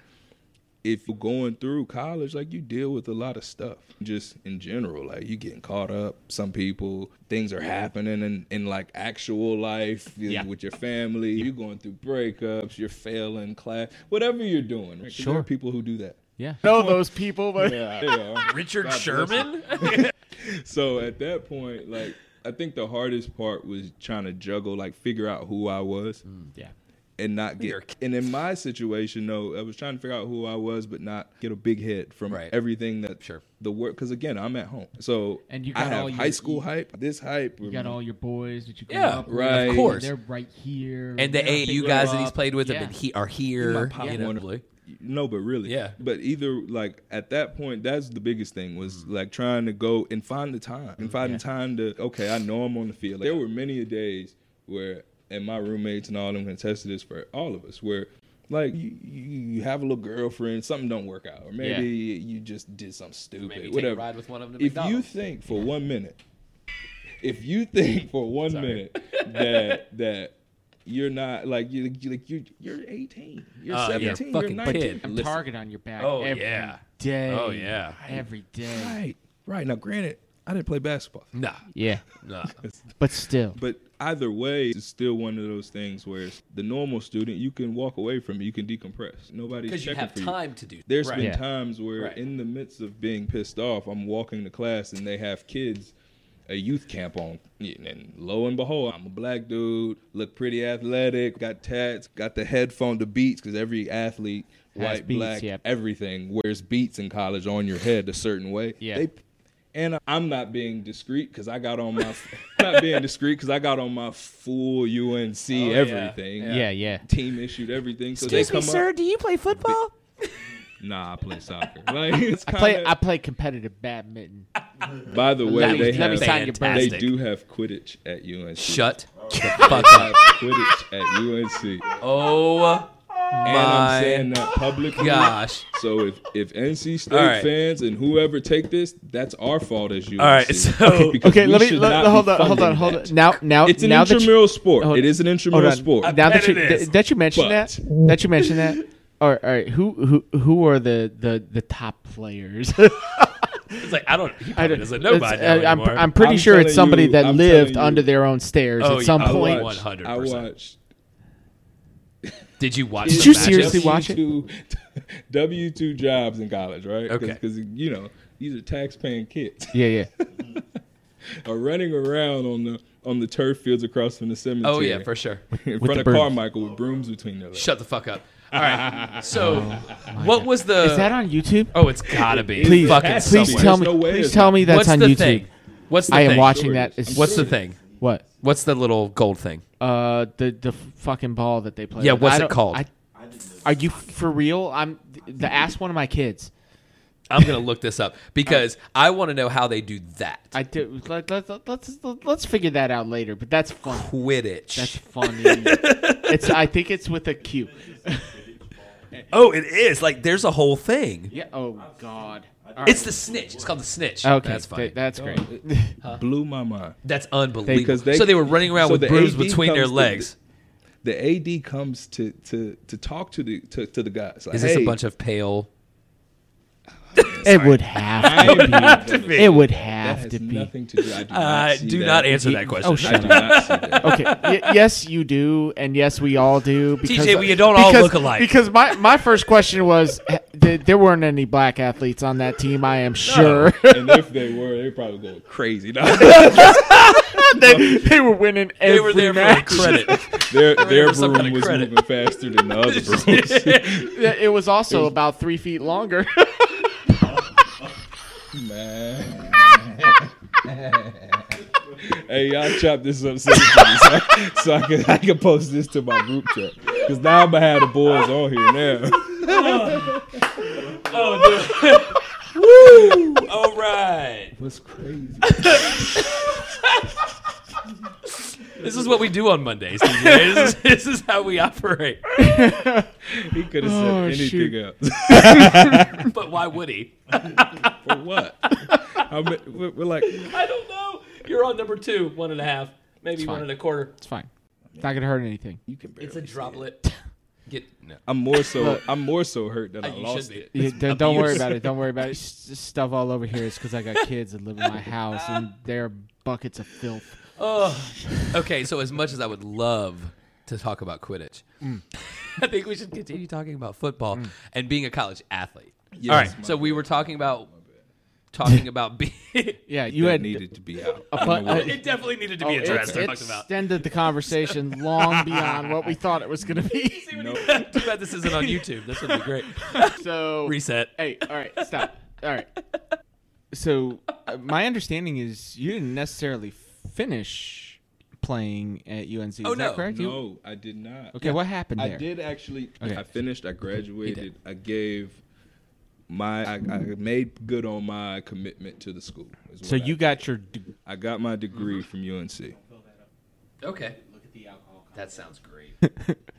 A: If you're going through college, like you deal with a lot of stuff just in general. Like you getting caught up, some people, things are happening in, in like actual life you-
D: Yeah.
A: with your family. You're going through breakups, you're failing class, whatever you're doing. Right? 'Cause There
D: Sure.
A: are people who do that.
D: Yeah. Know those people, but
A: Yeah, they are.
B: (laughs) Richard
A: God bless
B: Sherman.
A: (laughs) so at that point, like, I think the hardest part was trying to juggle, like, figure out who I was
D: (laughs) yeah.
A: and not
B: You're a
A: get. And in my situation, though, I was trying to figure out who I was, but not get a big hit from
B: Right.
A: everything that
B: Sure.
A: the work. Because again, I'm at home, so
D: And you
A: I
D: got
A: have
D: all your- e
A: high school hype, this hype,
D: You got all your boys that you grew
B: Yeah,
D: up with.
A: Mm-hmm. right. Of
B: course.
D: They're right here.
B: and the
D: They're
B: AAU
D: big
B: guys
D: up.
B: that he's played with
D: Yeah.
B: have been he, are here.
A: pop
B: you know,
A: one-
B: blue.
A: No, but really.
B: Yeah.
A: But either like at that point, that's the biggest thing was
B: Mm-hmm.
A: like trying to go and find the time and finding time to okay, I know I'm on the field. Like, there were many a days where and my roommates and all them can attest to this for all of us where like you, you you have a little girlfriend, something don't work out, or maybe you just did something stupid,
B: Maybe take a
A: whatever.
B: ride with one of them to
A: if you
B: McDonald's.
A: think for one minute if you think for one
B: Sorry.
A: minute that that you're not like you you- like you you're 18, you're
B: Oh, yeah,
A: 17, you're
B: fucking
A: 19.
B: kid.
D: I'm
A: Listen,
D: target on your back.
B: Oh,
D: every
B: yeah.
D: day.
B: Oh, yeah.
D: Every day.
A: Right, right. Now, granted, I didn't play basketball, (laughs)
B: Nah,
D: Yeah,
B: nah.
D: but still.
A: but either way, it's still one of those things where it's the normal student you can walk away from it, you can decompress. Nobody's
B: Because
A: checking
B: you have
A: for you.
B: time to do.
A: There's been
D: Yeah.
A: times where,
B: Right.
A: in the midst of being pissed off, I'm walking to class and they have kids, a youth camp on. And lo and behold, I'm a black dude, look pretty athletic, got tats, got the headphone, the beats, because every athlete,
D: Has
A: white,
D: beats,
A: black,
D: yep.
A: everything, wears beats in college on your head a certain way.
D: Yeah.
A: They, and I'm not being discreet because I got on my (laughs) not being discreet because I got on my full UNC
B: yeah.
A: everything.
D: Oh, Yeah, yeah.
A: Team issued everything. So
B: Excuse
A: they come up,
C: do you play football?
A: (laughs) Nah, I play soccer. (laughs) Like it's
D: I play.
A: kinda-
D: I play competitive badminton.
A: By the way,
D: Let me-
A: they
D: let me
A: have
D: sign
A: they
D: your birthday.
B: Fantastic.
A: do have Quidditch at UNC. (laughs)
B: Shut the fuck
A: They
B: up.
A: have Quidditch at UNC,
B: (laughs) Oh
A: and
B: My
A: I'm saying that publicly.
B: gosh.
A: So if if NC State
B: All right.
A: fans and whoever take this, that's our fault as UNC. (laughs)
B: All right, so-
A: Because
D: Okay,
A: we
D: let me
A: should
D: let,
A: not
D: hold
A: be
D: on, hold
A: funding
D: on, hold
A: that.
D: on. Now, now,
A: It's an
D: now that you,
A: intramural sport.
D: hold-
A: it is an
D: hold
A: intramural
D: on.
A: sport.
D: Now that
B: bet
D: you
B: it is.
D: th- that you mentioned
A: But-
D: that, that you mentioned that. All right, all right. Who who who are the the the top players? (laughs)
B: It's like I don't. He
D: I
B: probably
D: don't-
B: doesn't know uh,
D: it's-
B: by now
D: I- I'm,
B: anymore.
D: I'm pretty
A: I'm
D: sure it's
A: telling
D: somebody
A: you-
D: that
A: I'm
D: lived
A: telling you.
D: under their own stairs
B: Oh,
D: at
B: yeah,
D: some
B: I
A: I
D: point.
A: watched, I
B: 100%.
A: watched
B: Did you watch?
A: Did
B: the
A: you
B: matchup?
A: seriously (laughs)
D: seriously
A: watch
D: watch
A: it? W two jobs in college, right?
B: Okay.
A: Because you know these are tax-paying kids (laughs)
D: Yeah, yeah.
A: are running around on the on the turf fields across from the cemetery.
B: Oh yeah, for sure.
A: (laughs) in
D: with
A: front
D: the
A: of
D: brooms.
A: Carmichael with brooms between their legs.
B: Shut the fuck up. All
D: (laughs)
B: right. So, what was the?
D: (laughs) Oh Is that on YouTube?
B: oh, it's gotta be.
D: Please,
B: fucking somewhere.
D: please tell
A: There's
D: me.
A: no way
D: please
A: it's
D: tell
A: not.
D: me that's
B: What's
D: on
B: the
D: YouTube.
B: thing? What's the
D: I am
B: thing?
D: watching
A: Sure
D: that.
A: it is.
D: It's-
B: What's the thing?
D: What?
B: What's the little gold thing?
D: Uh, the the f- fucking ball that they play.
B: Yeah,
D: with.
B: what's
D: I
B: it
D: don't-
B: called?
D: I, are you for real? I'm th- the ask one of my kids.
B: I'm gonna look this up because I want to know how they do that.
D: I do. Let, let, let, let's let's figure that out later. But that's fun.
B: Quidditch.
D: That's funny. it's. I think it's with a Q.
B: oh, it is. Like there's a whole thing.
D: Yeah. Oh God.
B: It's the snitch. It's called the snitch.
D: Okay.
B: that's funny.
D: th- that's great.
A: Blew my mind.
B: that's unbelievable.
A: 'Cause they-
B: so they were running around
A: so
B: with
A: the
B: brooms
A: AD
B: between their
A: comes to-
B: legs.
A: The AD comes to to to talk to the to, to the guys. Like,
B: is this
A: hey,
B: a bunch of pale?
D: It
B: (laughs)
D: would
A: (laughs)
D: have.
A: I have to
D: It would have
A: That has
D: to be.
A: nothing to do. I do not,
B: (laughs) Uh,
A: see
B: do
A: that.
B: not answer that question.
D: Oh,
A: I do not see that.
D: Okay. Y- yes, you do, and yes, we all do. Because,
B: TJ, we don't all
D: because-
B: look alike.
D: Because my, my first question was, (laughs) h- th- there weren't any black athletes on that team. I
B: (laughs)
D: am
A: (laughs)
D: sure (laughs)
A: And if they were, they'd probably go crazy. No.
D: they, they were winning. Every
B: (laughs) they were there for
D: match.
B: the credit.
A: their their
B: For some
A: broom
B: kind of
A: was
B: credit.
A: moving faster than the other brooms. (laughs)
B: (laughs)
D: It it was also about three feet longer. (laughs)
A: Man. (laughs) hey, y'all chop this up so, so I can I can post this to my group chat. Cause now I'm gonna have the boys on here now.
B: (laughs) All right.
A: What's crazy?
B: This is what we do on Mondays. TJ. (laughs) this, is, this is how we operate.
A: He could have said
D: Oh,
A: anything
D: shoot.
A: else.
B: But why would he?
A: For what? I mean, we're, we're like,
B: I don't know. You're on number two, one and a half, maybe one
D: fine.
B: and a quarter.
D: It's fine. It's not gonna hurt anything.
A: you can barely.
B: It's a droplet. Get no.
A: I'm more so. I'm more so hurt that I
B: you
A: lost
B: should be.
A: it.
D: Yeah,
B: It's
D: don't, don't worry
B: abuse.
D: about it. Don't worry about it. S- s- Stuff all over here is because I got kids that live in my house and they're buckets of filth.
B: (laughs) Okay, so as much as I would love to talk about Quidditch, (laughs) I think we should continue talking about football and being a college athlete.
A: Yes,
B: All right,
A: my
B: so we were talking about talking about (laughs) being.
D: Yeah, you
A: that
D: had
A: needed to be out.
D: a fun-
A: I,
D: uh,
A: don't know
D: (laughs)
B: it definitely needed to
D: oh,
B: be
D: it's-
B: addressed. I
D: it
B: talked about.
D: extended the conversation long beyond what we thought it was going to
B: (laughs)
D: be.
A: what- no.
B: (laughs) Too bad this isn't on YouTube. This would be great. (laughs)
D: So
B: Reset.
D: Hey, all right, stop. All right. So uh, my understanding is you didn't necessarily finish playing at UNC. Is
B: Oh,
D: that
B: no.
D: correct? You-
A: No, I did not.
D: Okay, what happened
A: I
D: there?
A: did actually.
D: Okay.
A: I finished. I graduated. I gave my. I, I made good on my commitment to the school. is
D: So Mm-hmm.
A: what I,
D: you got your d-
A: I got my degree from UNC.
B: Okay. That sounds great.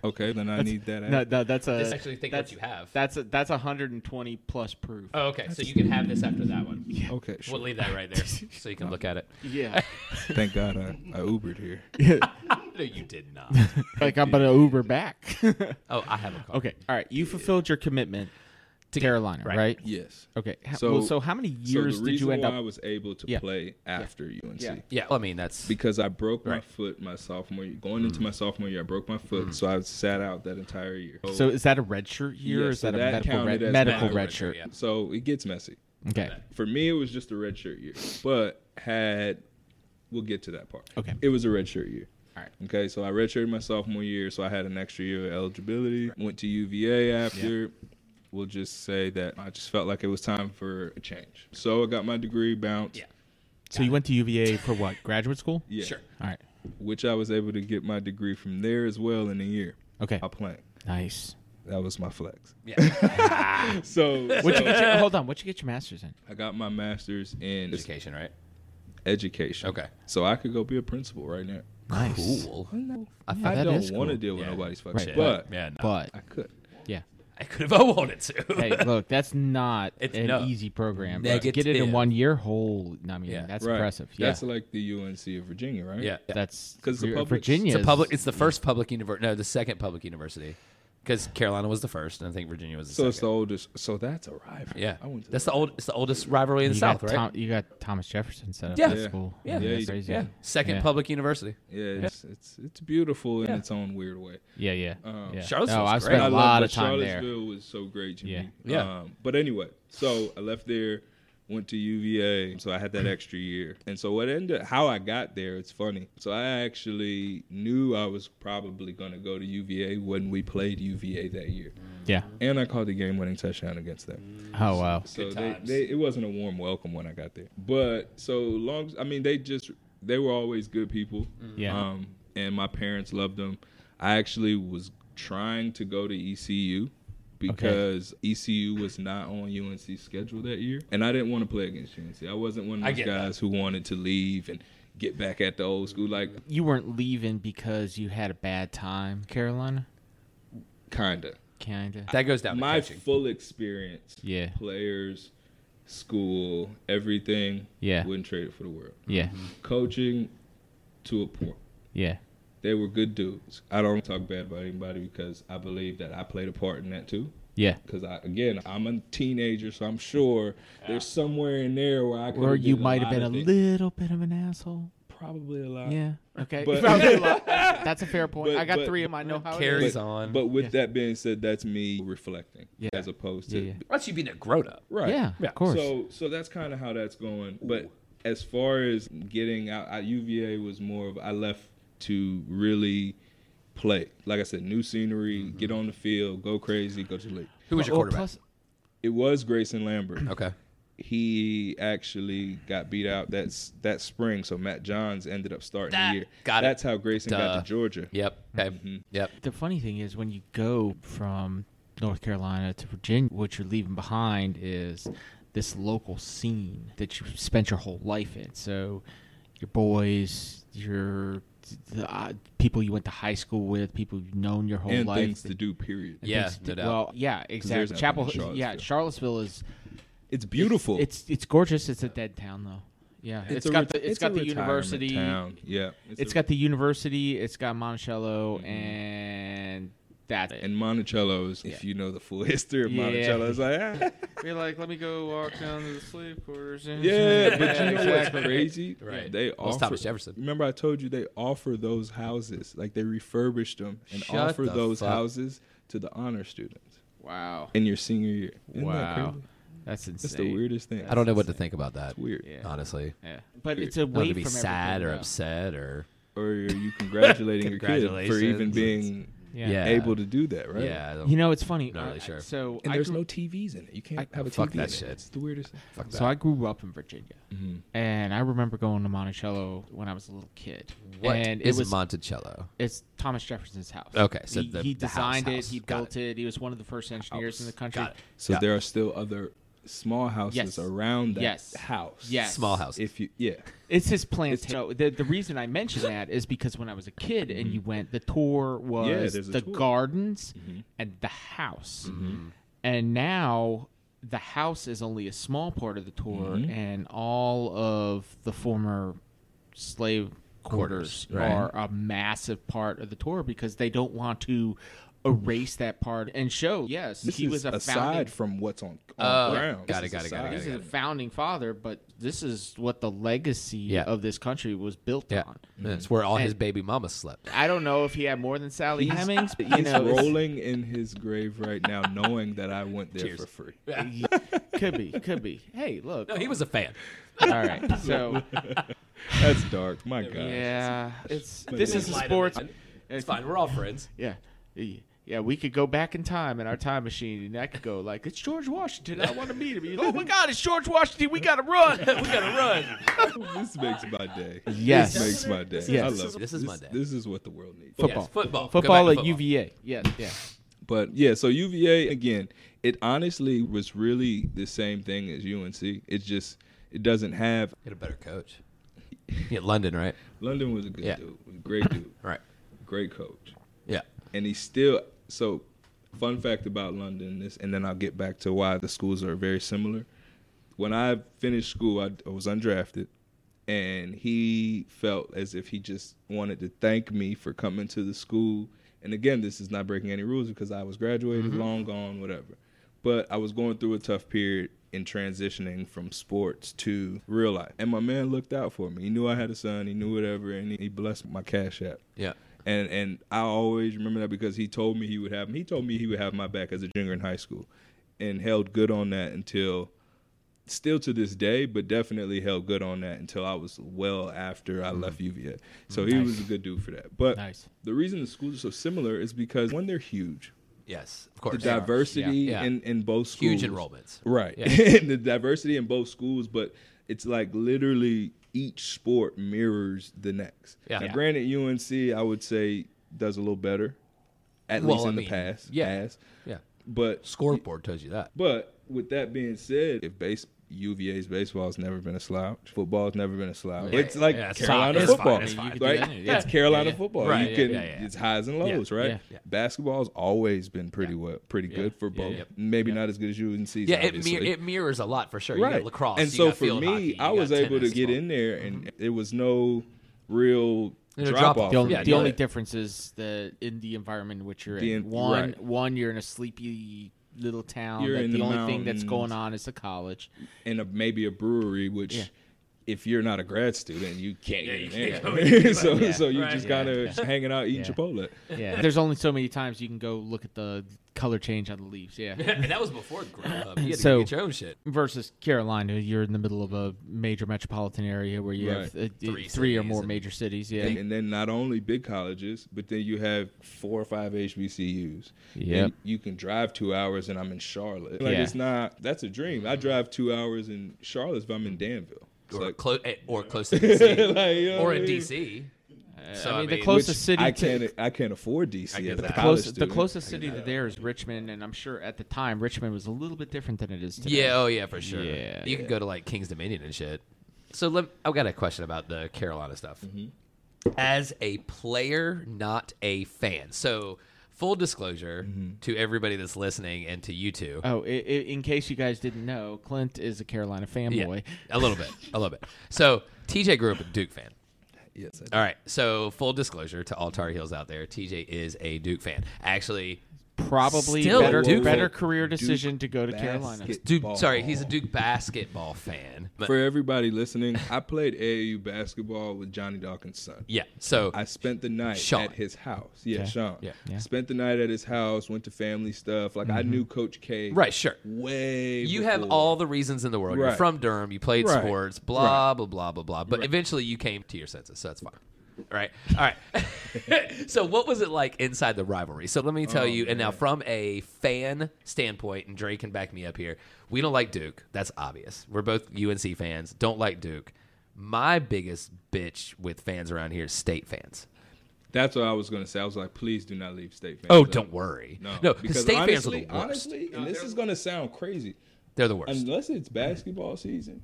A: Okay, then I need that.
D: No,
A: app.
D: no, that's a.
B: Just actually think what
D: that's-
B: you have.
D: That's a, that's 120 plus proof.
B: Oh, okay. So you can have this after that one.
D: (laughs)
A: Okay, sure.
B: We'll leave that right there so you can look at it.
D: yeah, (laughs)
A: Thank God I, I Ubered here.
B: (laughs) No, you did not.
C: Like I'm gonna Uber
D: (laughs)
C: back.
B: Oh, I have a car.
D: Okay. All right. You fulfilled your commitment to Carolina,
B: right.
D: right?
A: Yes.
D: Okay. H-
A: So-
D: well, so how many years
A: so the
D: did
A: reason
D: you end
A: why
D: up?
A: I was able to
D: Yeah.
A: play after UNC
D: Yeah.
B: Yeah, well, I mean, that's.
A: because I broke my
B: Right.
A: foot my sophomore year. Going
D: Mm.
A: into my sophomore year, I broke my foot, so I sat out that entire year.
D: So is that a red shirt year?
A: Yeah,
D: or is
A: so
D: that
A: that
D: a medical
A: counted
D: red,
A: as
D: medical
A: medical
D: red
A: red
D: shirt?
B: shirt,
A: so it gets messy.
D: Okay.
A: For me, it was just a red shirt year, but had we'll get to that part.
D: Okay.
A: It was a red shirt year.
D: All right.
A: Okay, so I redshirted my sophomore year, so I had an extra year of eligibility. Went to UVA after. We'll just say that I just felt like it was time for a change. So I got my degree, bounced.
B: Yeah.
D: So you went to UVA for what? Graduate school?
A: (laughs) Yeah.
B: Sure.
D: All right.
A: Which I was able to get my degree from there as well in a year.
D: Okay.
A: I playing. (laughs)
D: Nice.
A: That was my flex.
B: Yeah.
A: (laughs)
D: (laughs)
A: So,
D: What'd you
A: so
D: get
A: (laughs)
D: your, hold on. What'd you get your master's in?
A: I got my master's in
B: Education, right?
A: education.
B: Okay.
A: So I could go be a principal right now.
D: Nice.
B: Cool.
D: I,
A: I
D: that
A: don't
D: is
A: want to
D: cool.
A: deal with
B: Yeah.
A: nobody's fuck
D: Right.
A: shit,
D: But-
A: but
B: Yeah, no.
D: But
A: I could.
D: yeah.
B: I could have (laughs) wanted to.
A: (laughs)
D: Hey, look, that's not
B: It's
D: an
B: no-
D: easy program. But to get it
B: Negative.
D: in one year, whole. I mean,
B: Yeah.
D: that's
A: Right.
D: impressive. Yeah.
A: That's like the UNC of Virginia, right?
B: yeah.
D: that's
A: 'Cause the
D: Vir-
A: public-
D: Virginia.
B: It's a
D: is-
B: public. It's the first public university. No, the second public university, because Carolina was the first, and I think Virginia was the
A: So
B: second.
A: it's the oldest. So that's a rival.
B: yeah,
A: I went to
B: that's the old. It's the oldest rivalry in the
D: you
B: South,
D: got
B: right?
D: Tom- you got Thomas Jefferson set up
B: Yeah.
D: at
A: Yeah.
D: school.
B: Yeah.
D: I mean,
A: Yeah,
D: that's
A: you-
D: crazy.
B: yeah, second
D: Yeah.
B: public university.
A: Yeah, it's it's, it's beautiful in
B: Yeah.
A: its own weird way.
D: Yeah, yeah.
A: Um,
D: yeah.
B: Charlottesville's
D: No, I
B: great.
D: spent
A: I
D: a
A: love
D: lot
A: that
D: of time there.
A: Charlottesville was so great to
D: Yeah.
A: me.
B: Yeah.
A: Um, but anyway, so I left there, went to UVA, so I had that extra year. And so what ended how I got there, it's funny. So I actually knew I was probably going to go to UVA when we played UVA that year.
D: Yeah.
A: And I caught the game-winning touchdown against them.
D: Oh wow.
A: So
B: Good
A: they,
B: times.
A: they, it wasn't a warm welcome when I got there. But so long, I mean, they just they were always good people.
B: Mm-hmm.
D: Yeah.
A: Um, and my parents loved them. I actually was trying to go to ECU because ECU was not on UNC's schedule that year, and I didn't want to play against UNC. I wasn't one
B: I
A: of those
B: get that.
A: guys who wanted to leave and get back at the old school. Like,
D: You weren't leaving because you had a bad time, Carolina.
A: kinda.
D: Kinda.
B: That goes down
A: My
B: to coaching.
A: full experience,
D: Yeah.
A: players, school, everything,
D: Yeah.
A: wouldn't trade it for the world.
D: Yeah.
A: coaching to a point.
D: Yeah.
A: They were good dudes. I don't talk bad about anybody because I believe that I played a part in that too.
D: Yeah.
A: Because I, again, I'm a teenager, so I'm sure there's somewhere in there where I could.
D: Or you might have been a
A: little,
D: little bit of an asshole.
A: probably a lot.
D: Yeah. Okay.
A: But-
D: Probably a lot. that's a fair point.
A: But-
D: I got
A: but-
D: three of mine. Know how it
B: Carries
D: is.
A: But,
B: on.
A: but with
D: Yeah.
A: that being said, that's me reflecting,
D: Yeah.
A: as opposed to
D: Yeah, yeah.
B: Once you being a grown up,
A: right.
D: Yeah,
B: Yeah.
D: Of course.
A: So so that's kind of how that's going. But as far as getting out, I, UVA was more of I left to really play. Like I said, new scenery, get on the field, go crazy, go to the league.
B: who was your
D: Well,
B: quarterback?
D: plus-
A: It was Grayson Lambert.
B: okay.
A: He actually got beat out that's that spring, so Matt Johns ended up starting
B: That-
A: the year.
B: got it.
A: that's how Grayson
B: Duh.
A: got to Georgia.
B: Yep. Okay.
A: Mm-hmm.
B: Yep.
D: the funny thing is when you go from North Carolina to Virginia, what you're leaving behind is this local scene that you spent your whole life in. So your boys, your the, uh, people you went to high school with, people you've known your whole
A: And
D: life.
A: things to do, period.
B: Yeah,
D: things
B: no
D: to-
B: doubt.
D: Well, yeah,
A: there's
D: exactly.
A: nothing
D: Chapel,
A: in Charlottesville.
D: yeah, Charlottesville is
A: It's beautiful.
D: It's it's gorgeous. It's a dead town though. Yeah, it's
A: a
D: got
A: ret-
D: the, it's
A: a
D: got the
A: retirement
D: university.
A: town. Yeah. It's,
D: It's
A: a-
D: got the university. It's got Monticello, and that's it.
A: Mm-hmm. and Monticello's, if
D: Yeah.
A: you know the full (laughs) history of
D: Yeah.
A: Monticello, it's like
B: (laughs)
A: ah.
D: Be like, let me go walk down to the slave quarters. And
A: Yeah, but
D: (laughs)
A: you know what's crazy?
B: Right.
A: They
B: Well, it's
A: offer.
B: Thomas Jefferson.
A: Remember, I told you they offer those houses, like they refurbished them and
B: Shut
A: offer
B: the
A: those
B: fuck.
A: houses to the honor students
D: Wow.
A: in your senior year. Isn't that
D: wow.
A: crazy?
D: That's insane.
A: That's the weirdest thing.
B: I don't know what to think about that.
A: It's weird.
D: Yeah.
B: Honestly,
D: Yeah. But
A: Weird.
D: it's a
B: I don't
D: way
B: want to be
D: from
B: sad or
D: everything, though.
B: upset or
A: Or are
B: (laughs)
A: you congratulating your kid for even
B: Congratulations.
A: being
D: Yeah.
B: Yeah.
A: able to do that, right?
B: yeah. I don't-
D: You know, it's funny.
B: Not
D: I-
B: really
D: I-
B: sure.
D: So
A: And
D: I
A: there's
D: grew,
A: no TVs in it. You can't have a
B: fuck
A: TV.
B: that
A: in it.
B: shit.
A: It's the weirdest.
B: fuck
D: so
B: that.
D: I grew up in Virginia,
B: Mm-hmm.
A: Mhm.
D: and I remember going to Monticello when I was a little kid.
B: What
D: and
B: is
D: it was
B: Monticello?
D: it's Thomas Jefferson's house.
B: Okay, so
D: he,
B: the-
D: he
B: the house,
D: designed
B: house.
D: it, he
B: Got
D: built it. He was one of the first engineers in the country.
B: Got it.
A: So there are still other small houses
D: Yes.
A: around that
D: Yes.
A: house.
D: Yes.
B: Small house.
A: If you yeah.
D: It's his plantation. So the, the reason I mention that is because when I was a kid and you went, the tour was
A: Mm-hmm. there's a tour.
D: the
A: Mm-hmm.
D: gardens and the house. And now the house is only a small part of the tour,
A: Mm-hmm.
D: and all of the former slave quarters,
B: Quarters, right.
D: are a massive part of the tour because they don't want to erase that part and show, yes,
A: This
D: he
A: is
D: was a
A: aside
D: founding
A: from what's on, on
B: Oh,
A: ground.
B: got
A: This
B: it,
A: is
B: got it, got it,
A: aside.
B: got
D: this
B: it,
D: is a founding father, but this is what the legacy
B: Yeah.
D: of this country was built
B: Yeah,
D: on.
B: that's where all his baby mama slept.
D: I don't know if he had more than Sally Hemings, but you
A: He's
D: know, it's- (laughs)
A: rolling in his grave right now, knowing that I went there
B: Cheers.
A: for free.
D: could be, could be. Hey, look.
B: No, he was a fan.
D: All right,
B: (laughs)
D: so
A: That's dark. My God.
D: yeah, it's this
A: they
D: is a
B: Light
D: sports.
B: edition. It's fine. We're all friends.
D: Yeah, yeah, we could go back in time in our time machine, and I could go like, it's George Washington. I want
B: (laughs)
D: to meet him. He's, oh my God, it's George Washington. We gotta run.
B: we gotta run.
A: This makes my
B: (laughs)
A: day.
D: Yes.
A: This makes my day.
D: Yes.
A: I
D: This
A: love
B: is- this is my day.
A: This is what the world needs.
D: Football.
B: Yes, football. Go back to
D: Football at UVA. Yeah, yeah.
A: But yeah, so UVA again, it honestly was really the same thing as UNC. It's just it doesn't have
B: Get a better coach. Yeah, London, right?
A: London was a good
B: Yeah.
A: dude, was a great dude,
B: All right.
A: great coach.
B: Yeah.
A: And he's still so fun fact about London this and then I'll get back to why the schools are very similar. When I finished school, I, I was undrafted and he felt as if he just wanted to thank me for coming to the school. And again, this is not breaking any rules because I was graduated, long gone, whatever. But I was going through a tough period in transitioning from sports to real life. And my man looked out for me. He knew I had a son, he knew whatever, and he, he blessed my cash app
B: Yeah.
A: and and I always remember that because he told me he would have he told me he would have my back as a junior in high school, and held good on that until, still to this day, but definitely held good on that until I was well after I left UVA. So he was a good dude for that. But
D: Nice.
A: the reason the schools are so similar is because one they're huge,
B: Yes. Of
A: the
B: course.
A: diversity
B: Yeah.
A: in in both schools,
B: Huge enrollments.
A: Right. and (laughs) the diversity in both schools, but it's like literally each sport mirrors the next.
B: Yeah.
A: Now,
B: Yeah.
A: granted, UNC, I would say, does a little better, at
B: Well,
A: least
B: I
A: in
B: mean,
A: the past.
B: yeah.
A: Past.
B: Yeah.
A: But,
B: Scoreboard tells you that.
A: but with that being said, if base UVA's baseball has never been a slouch. Football's never been a slouch.
B: Yeah,
A: it's like
B: yeah, it's
A: Carolina
B: fine, it's
A: football,
B: fine, it's fine.
D: You could do
A: right?
D: that, yeah.
A: It's Carolina
D: Yeah, yeah.
A: football.
B: Right,
A: you
B: yeah,
A: can,
B: yeah, yeah.
A: it's highs and lows, right?
D: yeah,
B: yeah.
A: Basketball's always been pretty well, pretty good for
B: yeah,
A: both.
B: yeah.
A: Maybe not as good as UNC's.
B: Yeah, it,
A: obviously
B: mir- it mirrors a lot for sure. You got lacrosse.
A: and
B: you
A: so
B: got
A: for
B: field
A: me,
B: hockey, you
A: I was
B: got
A: able to
B: tennis, Mm-hmm.
A: get
B: well,
A: in there, and it was no real
B: No
A: drop
B: drop-off.
A: off.
D: The only,
B: Yeah,
D: the
B: yeah.
D: only difference is the in the environment in which you're
A: The
D: in.
A: en-
D: One,
A: right.
D: one, you're in a sleepy little town.
A: You're
D: that
A: in
D: the,
A: the
D: only thing that's going
A: mountains.
D: on is the college.
A: and a, maybe a brewery, which
D: Yeah.
A: if you're not a grad student, you can't
B: Yeah, you
A: get in (laughs)
B: can't
A: there.
B: go in.
A: so
B: Yeah,
A: so you
B: right.
A: just
D: Yeah,
A: kind of hanging out eating
D: Yeah.
A: Chipotle.
D: Yeah, (laughs) there's only so many times you can go look at the color change on the
B: (laughs)
D: leaves. Yeah.
B: and that was before Grubhub. You had
D: So-
B: to get your own shit.
D: Versus Carolina, you're in the middle of a major metropolitan area where you have uh,
A: Right.
D: three,
B: Three
D: or
B: cities
D: more
B: and-
D: major cities. Yeah.
A: And then not only big colleges, but then you have four or five HBCUs.
D: Yep.
A: And You can drive two hours, and I'm in Charlotte. Like
D: Yeah.
A: it's not. That's a dream. I drive two hours in Charlotte if I'm in Danville. It's
B: Or,
A: like-
B: (laughs) clo- eh,
A: (laughs)
B: or close to DC.
A: like, you know
B: or
A: what I
B: in
A: mean?
B: DC. so, I mean,
D: the
A: Which
D: closest city
A: I
D: to-
A: can't. I can't afford DC.
B: I get
A: as a
B: that.
A: college
D: Close, the
A: student.
D: closest city to there is Richmond, and I'm sure at the time Richmond was a little bit different than it is today.
B: Yeah, oh yeah, for sure.
D: Yeah.
B: you can go to like King's Dominion and shit. So let I've got a question about the Carolina stuff. Mm-hmm. As a player, not a fan. So full disclosure to everybody that's listening and to you two.
D: Oh, i- i- in case you guys didn't know, Clint is a Carolina fanboy.
B: a little bit, a little bit. So TJ grew up a Duke fan.
A: Yes, I-
B: All right. So full disclosure to all Tar Heels out there, TJ is a Duke fan. Actually,
D: Probably
B: Still
D: better,
B: Duke-
D: better
A: Duke
D: career decision to go to Carolina.
A: basket
B: Duke.
A: ball.
B: Sorry, he's a Duke basketball fan. But,
A: For everybody listening, I played AAU basketball with Johnny Dawkins' son.
B: yeah. So
A: I spent the night
B: Sean.
A: at his house. Yeah, Sean.
B: Yeah. Mm-hmm.
D: Yeah.
A: Spent the night at his house. Went to family stuff. Like I knew Coach K.
B: right, sure.
A: Way.
B: You
A: before.
B: have all the reasons in the world. You're
A: Right.
B: from Durham. You played
A: Right.
B: sports. Blah blah blah blah blah. But eventually, you came to your senses. So that's fine. All right. All right. (laughs) so, what was it like inside the rivalry? So, let me tell
A: Oh,
B: you, and now from a fan standpoint, and Dre can back me up here, we don't like Duke. That's obvious. We're both UNC fans, don't like Duke. My biggest bitch with fans around here is state fans.
A: That's what I was gonna say. I was like, please do not leave State. Fans
B: Oh,
A: out.
B: don't worry.
A: No,
B: No, because
A: because
B: state
A: honestly,
B: fans are the worst.
A: honestly, and this is gonna sound crazy.
B: They're the worst.
A: unless it's basketball season,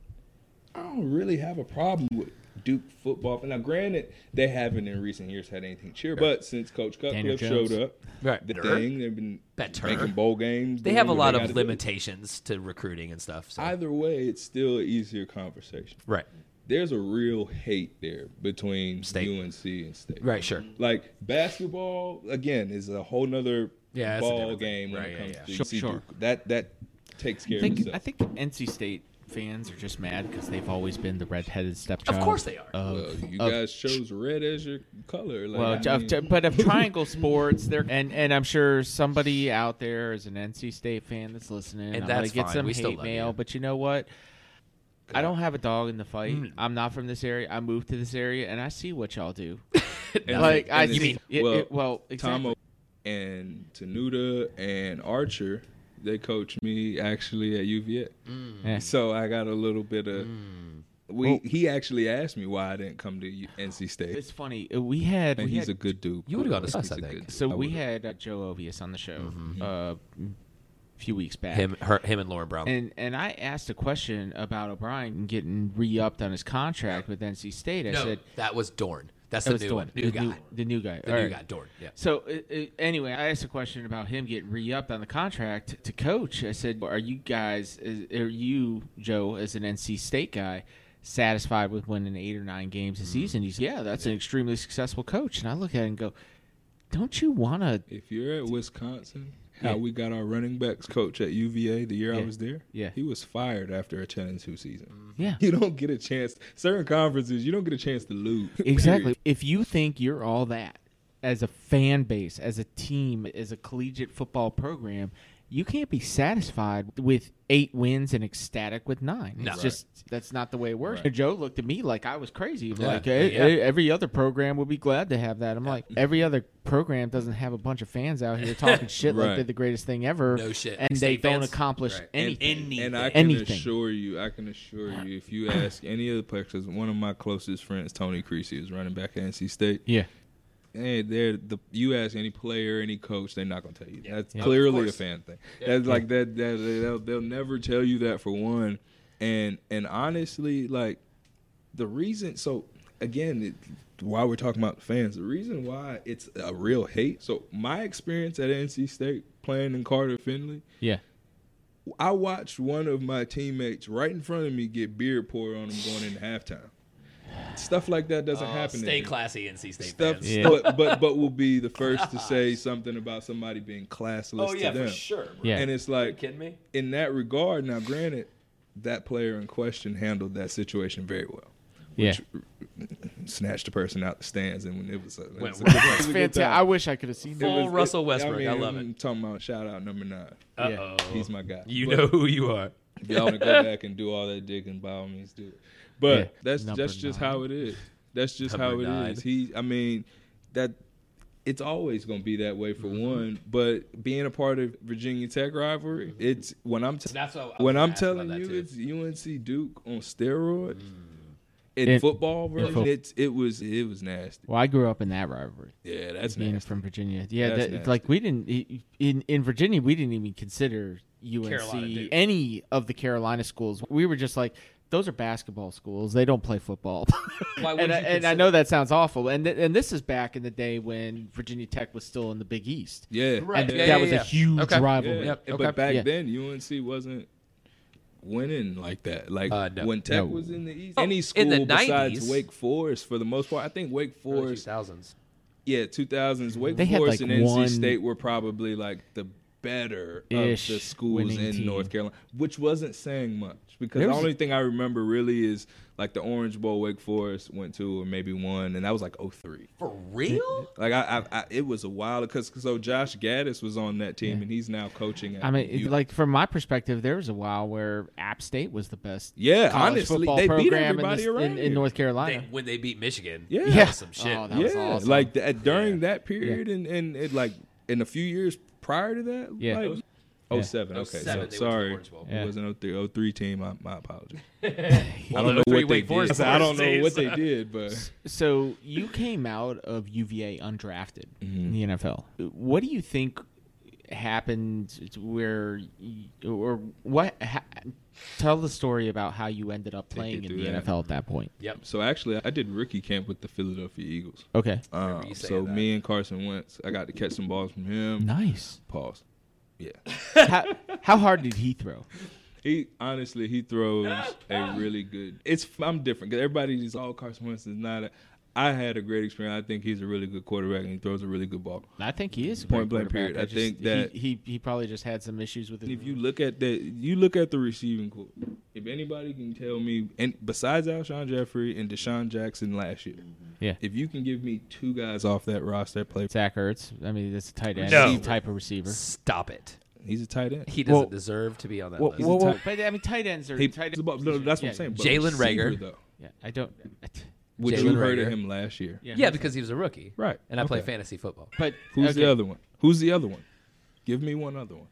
A: I don't really have a problem with Duke football. Now, granted, they haven't in recent years had anything cheer, but since Coach
D: Daniel
A: Cutcliffe showed
D: Jones.
A: up,
B: Right.
A: the
B: Dirt.
A: thing they've been
B: Better.
A: making bowl games.
B: They
A: doing
B: have a
A: what
B: lot
A: gotta
B: of
A: do.
B: limitations to recruiting and stuff. So.
A: Either way, it's still an easier conversation.
B: right.
A: There's a real hate there between
B: State.
A: UNC and State.
B: Right. Sure.
A: Like basketball again is a whole nother
B: Yeah, it's a
A: ball
B: different thing.
A: game when
B: Right,
A: it
B: yeah,
A: comes to
B: yeah.
D: Sure,
A: UNC
D: sure.
A: Duke. That that takes care
D: I think,
A: of itself.
D: I think NC State fans are just mad because they've always been the redheaded stepchild.
B: course they are.
A: well,
D: Of,
A: Uh, you
D: of-
A: guys chose red as your color. Like,
D: well,
A: I
D: of-
A: mean- (laughs)
D: but of triangle sports, there and and I'm sure somebody out there is an NC State fan that's listening.
B: And
D: I'm
B: that's
D: gonna get
B: fine.
D: some
B: We still
D: hate
B: love
D: mail,
B: you.
D: but you know what? I don't have a dog in the fight.
B: Mm.
D: I'm not from this area. I moved to this area, and I see what
B: (laughs)
D: y'all do.
A: And
D: like
A: it-
D: I
A: and
D: see,
A: it's-
D: it-
A: well,
D: it- well, exactly.
A: Tomo and Tanuda and Archer, they coached me actually at UVA.
D: Yeah.
A: So I got a little bit of.
D: Mm.
A: We he actually asked me why I didn't come to U- NC State,
D: It's funny. uh, We had
A: and
D: we
A: he's
D: had-
A: a good dude.
B: You would've gone to
A: He's
B: Sus, I
A: a
B: think.
A: good dude.
D: so
A: I
D: we
A: would've. Mm-hmm.
D: had uh, Joe Ovius on the show uh, a few weeks back.
B: Him, her, him, and Lauren Brown.
D: And and I asked a question about O'Brien getting re-upped on his contract with NC State. I
B: no,
D: said
B: that was Dorn. That's
D: that
B: the
D: was
B: new
D: the
B: one.
D: one,
B: New
D: the
B: guy.
D: New, the new guy.
B: the
D: All
B: new
D: right.
B: guy, Dorn. Yeah.
D: So uh, uh, anyway, I asked a question about him getting re-upped on the contract to coach. I said, "Are you guys, is, are you Joe, as an NC State guy, satisfied with winning eight or nine games
B: Mm-hmm.
D: a season?" He's, "Yeah, that's an extremely successful coach." And I look at it and go, "Don't you want to?"
A: If you're at Wisconsin, how
D: Yeah.
A: we got our running backs coach at UVA the year I
D: Yeah.
A: was there,
D: Yeah. Mm.
A: he was fired after a ten and two season.
D: Yeah,
A: (laughs) You don't get a chance. Certain conferences, you don't get a chance to lose.
D: Exactly. If you think you're all that as a fan base, as a team, as a collegiate football program, you can't be satisfied with eight wins and ecstatic with nine.
B: No.
D: It's just that's not the way it works.
A: Right.
D: Joe looked at me like I was crazy.
B: Yeah.
D: Like eh,
B: Yeah.
D: eh, every other program would be glad to have that. I'm like every other program doesn't have a bunch of fans out
B: (laughs)
D: here talking shit
A: Right.
D: like they're the greatest thing ever.
B: No shit.
D: and
B: State
D: they
B: fans?
D: don't accomplish
B: Right. And-
D: anything.
A: And I
B: anything.
A: can
D: Anything.
A: assure you, I can assure you, if you ask any of the players, one of my closest friends, Tony Creasy, is running back at NC State.
D: yeah.
A: And they're the you ask any player, any coach, they're not gonna tell you. That's
D: Yeah.
B: Of
A: clearly a
B: course.
A: fan thing. That's like that. That they'll, they'll never tell you that for one. And and honestly, like the reason. So again, it, why we're talking about fans, the reason why it's a real hate. So my experience at NC State playing in Carter Finley,
D: Yeah.
A: I watched one of my teammates right in front of me get beer poured on him going into halftime. Stuff like that doesn't
B: Oh,
A: happen.
B: stay
A: in-
B: classy, NC State
A: Stuff,
B: fans.
D: Yeah.
A: but, but but will be the first to
B: (laughs)
A: say something about somebody being classless
B: Oh yeah,
A: to them.
B: for sure. bro.
D: Yeah.
A: And it's
B: Are you
A: like
B: kidding me?
A: in that regard. Now, granted, that player in question handled that situation very well.
D: Yeah.
A: Snatched the person out the stands, and when it was, a, it was a-
B: Went-
A: it was a
D: It's
A: good
D: fantastic.
A: time.
D: I wish I could have seen
A: It
D: that.
B: Full
A: was- it-
B: Russell Westbrook. I love it.
A: I'm talking about shout out number nine.
B: Uh
D: Yeah.
B: oh.
A: He's my guy.
B: You
A: But-
B: know who you are.
A: if y'all want to go back and do all that digging, by all means do it. But
D: Yeah.
A: that's
D: Number
A: that's just
D: nine.
A: how it is. That's just
B: Number
A: how it is.
B: nine.
A: He, I mean, that it's always going to be that way for
B: Mm-hmm.
A: one. But being a part of Virginia Tech
B: Mm-hmm.
A: rivalry, it's when I'm t-
B: That's what I was
A: when
B: gonna
A: I'm
B: ask about
A: telling
B: that,
A: you,
B: too. Mm.
A: it's UNC Duke on steroids. In
D: In-
A: football version,
D: fo-
A: it's it was it was nasty.
D: Well, I grew up in that rivalry.
A: Yeah, that's
D: being
A: nasty.
D: from Virginia. Yeah,
A: That's
D: that, like we didn't in in Virginia, we didn't even consider
B: Carolina Duke.
D: UNC any of the Carolina schools. We were just like those are basketball schools. They don't play football. (laughs)
B: Why would
D: and, I,
B: you
D: and I
B: consider-
D: know that sounds awful. And th- and this is back in the day when Virginia Tech was still in the Big East.
A: Yeah,
B: Right.
D: And
B: Yeah, yeah,
D: that was
B: yeah.
D: a huge
B: Okay.
A: Yeah.
D: rivalry.
B: Yep,
A: And-
B: okay.
A: But back
D: Yeah.
A: then, UNC wasn't winning like that. Like
B: Uh, no.
A: when Tech
D: No.
A: was in the East,
B: Oh,
A: any
B: in
A: school
B: the
A: besides
B: 90s.
A: Wake Forest, for the most part, I think Wake Forest,
B: thousands.
A: yeah, two thousands. Wake
D: They had,
A: Forest
D: like,
A: and NC
D: one-
A: State were probably like the better of the
D: Ish
A: schools
D: winning
A: in
D: team.
A: North Carolina, which wasn't saying much because
D: There
A: the
D: was-
A: only thing I remember really is like the Orange Bowl Wake Forest went to or maybe one, and that was like 03.
B: For real?
A: Like I, I, I it was a while because so Josh Gaddis was on that team and he's now coaching. At
D: I mean, it,
A: U-
D: like from my perspective, there was a while where App State was the best.
A: Yeah,
D: college
A: honestly,
D: football
A: they beat
D: program
A: everybody
D: in, this-
A: around
D: in, in
A: here.
D: North
B: They,
D: Carolina.
B: when they beat Michigan.
A: Yeah.
B: that was some shit.
D: Oh, that was
A: yeah,
D: awesome.
A: like that during that period and and it, like in a few years prior to that.
D: Yeah.
A: like,
D: Yeah.
A: 07, Okay,
B: 07, they went
A: so,
B: to
A: sorry,
B: Orange Bowl.
D: Yeah.
A: it wasn't 03, 03 team. I, my
B: (laughs)
A: apologies. I
B: Although
A: don't know what
B: 03
A: they
B: Wake Forest
A: did. I don't know
B: teams.
A: what they
B: (laughs)
A: did, but
D: So
A: Mm-hmm.
D: you came out of UVA undrafted in the NFL. What do you think happened where y- or what ha- tell the story about how you ended up playing
A: you
D: in
A: through
D: the
A: that.
D: NFL at that point.
B: Yep.
A: So actually, I did rookie camp with the Philadelphia Eagles.
D: Okay.
B: remember
A: Um,
B: you
A: so
B: saying that.
A: me and Carson Wentz, I got to catch some balls from him.
D: Nice.
A: Pause. Yeah.
D: how, how hard did he throw?
A: He honestly he throws a really good. It's I'm different because everybody's all oh, Carson Wentz is not. A, I had a great experience. I think he's a really good quarterback and he throws a really good ball.
D: I think he is a
A: Point
D: great
A: blank period.
D: quarterback.
A: I think that-
D: he, he he probably just had some issues with his
A: If you look at that, you look at the receiving core. If anybody can tell me, and besides Alshon Jeffrey and Deshaun Jackson last year,
D: Yeah.
A: if you can give me two guys off that roster that play,
D: Zach Ertz. I mean, that's a tight end
B: No.
D: He's a type of receiver.
B: Stop it.
A: he's a tight end.
B: He doesn't
D: Well-
B: deserve to be on that
D: Well,
B: list.
D: well,
A: a
D: well,
A: tight-
D: but I mean, tight ends are
A: He,
D: tight.
A: it's about- no, that's what I'm saying. but
B: Jalen
A: receiver,
B: Rager.
A: though,
D: Yeah, I don't.
A: would
B: Jalen
A: you heard
B: Rager.
A: of him last year?
B: yeah, because he was a rookie.
A: Right.
B: And I play
A: Okay.
B: fantasy football.
D: But
A: Who's
D: okay.
A: the other one? Who's the other one? Give me one other one.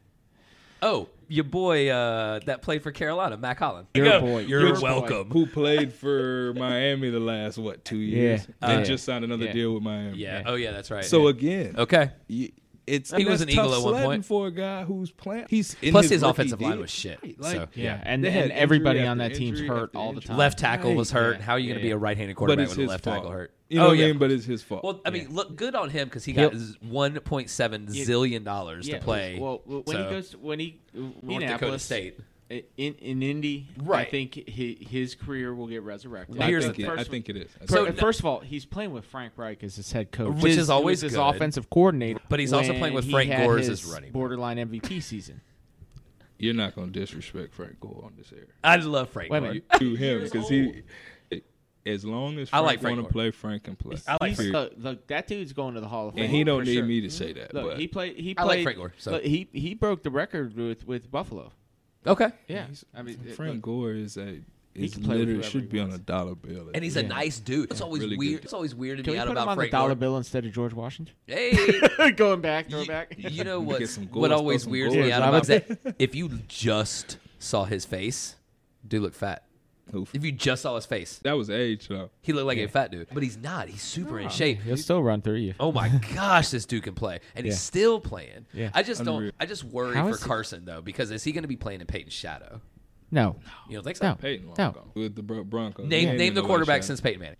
B: Oh, your boy uh, that played for Carolina, Mac Holland.
D: Your
B: Go.
D: boy.
B: You're
D: Your boy.
B: welcome.
A: Who played for Miami the last what two
D: Yeah.
A: years? And
D: Yeah.
A: just signed another
D: Yeah.
A: deal with Miami.
B: Yeah.
D: Yeah.
B: Oh, yeah, that's right.
A: So
B: Yeah.
A: again,
B: okay.
A: y- it's
B: He
A: and
B: was
A: that's
B: an Eagle
A: tough
B: at one
A: sledding
B: point.
A: for a guy who's playing. He's in
B: Plus
A: his,
B: his
A: rookie
B: offensive line
A: deal.
B: was shit,
A: Like,
B: so-
D: Yeah,
A: they
D: and
A: had
D: and
A: injury
D: everybody
A: after
D: on that team's
A: injury
D: hurt
A: after
D: all the
A: injury.
D: time.
B: Left tackle was hurt.
D: Yeah.
B: How are you going to
D: Yeah.
B: be a right-handed
A: but
B: quarterback
A: it's
B: when the
A: his
B: left
A: fault.
B: tackle hurt?
A: You know
B: oh
A: what
B: yeah.
A: I mean? But it's his fault.
B: well, I mean, look good on him because he got
D: He'll-
B: z- 1.7 zillion dollars
D: Yeah,
B: to play.
D: Well, well, when
B: So,
D: he goes to, when he
B: North Dakota
D: Indianapolis
B: State.
D: in in Indy,
B: Right.
D: I think hi his career will get resurrected.
B: Well,
A: I,
B: here's
A: think
B: the
A: it,
D: first
A: I
D: one-
A: think it is. I
B: So-
A: think-
D: Fir- first of all, he's playing with Frank Reich as his head coach,
B: Which is
D: who
B: always
D: was his
B: good.
D: offensive coordinator.
B: But he's also
D: when
B: playing with
D: he
B: Frank
D: had
B: Gore as
D: his
B: his running back.
D: borderline MVP season.
A: you're not gonna disrespect Frank Gore on this air.
B: I love Frank.
D: Wait a
B: Gore.
D: minute.
A: To him because he, as long as
B: I
A: Frank,
B: like Frank
A: want
B: Gore.
A: to play, Frank can play.
B: (laughs) I like
D: He's-
A: Period.
D: look, look, that dude's going to the Hall of Fame.
A: and he don't
D: for
A: need
D: sure.
A: me
B: Mm-hmm.
A: to say that.
D: Look,
A: but
D: he played. He
B: I
D: played.
B: like Frank Gore, so-
D: look, he he broke the record with with Buffalo.
B: Okay.
D: Yeah, I mean it-
A: Frank
D: look,
A: Gore is a is
D: can play with
A: literally
D: whoever he
A: should be on a
D: wants.
A: dollar bill.
B: And he's a
D: Yeah.
B: nice dude. It's always
A: really good
B: weird.
A: dude.
B: It's always weirded
D: Can
B: me
D: we
B: out
D: put him
B: about
D: on the
B: Frank
D: dollar
B: Gore.
D: bill instead of George Washington?
B: Hey.
D: (laughs) going back,
B: you,
D: throwback. (laughs)
B: you know
A: Get
B: what?
A: some
B: What
A: goals,
B: always
A: throw some
B: weirds
A: goals.
B: me out
D: Yeah,
B: about
D: that's what
B: that? If you just saw his face, dude looked fat.
A: Oof.
B: If you just saw his face,
A: that was age though.
B: he looked like a fat dude. But he's not. He's super in shape.
D: He'll still run through you.
B: Oh my gosh, this dude can play, and he's
D: Yeah.
B: still playing.
D: Yeah.
B: I just don't.
A: Unreal.
B: I just worry
D: How
B: for
D: is he-
B: Carson though, because is he going to be playing in Peyton's shadow?
D: No,
B: You don't think so?
D: no,
A: Peyton long
D: no.
A: gone. with the Bro- Broncos.
B: Name
A: He ain't
B: name
A: in
B: the
A: no
B: quarterback
A: rush
B: since
A: now.
B: Peyton Manning.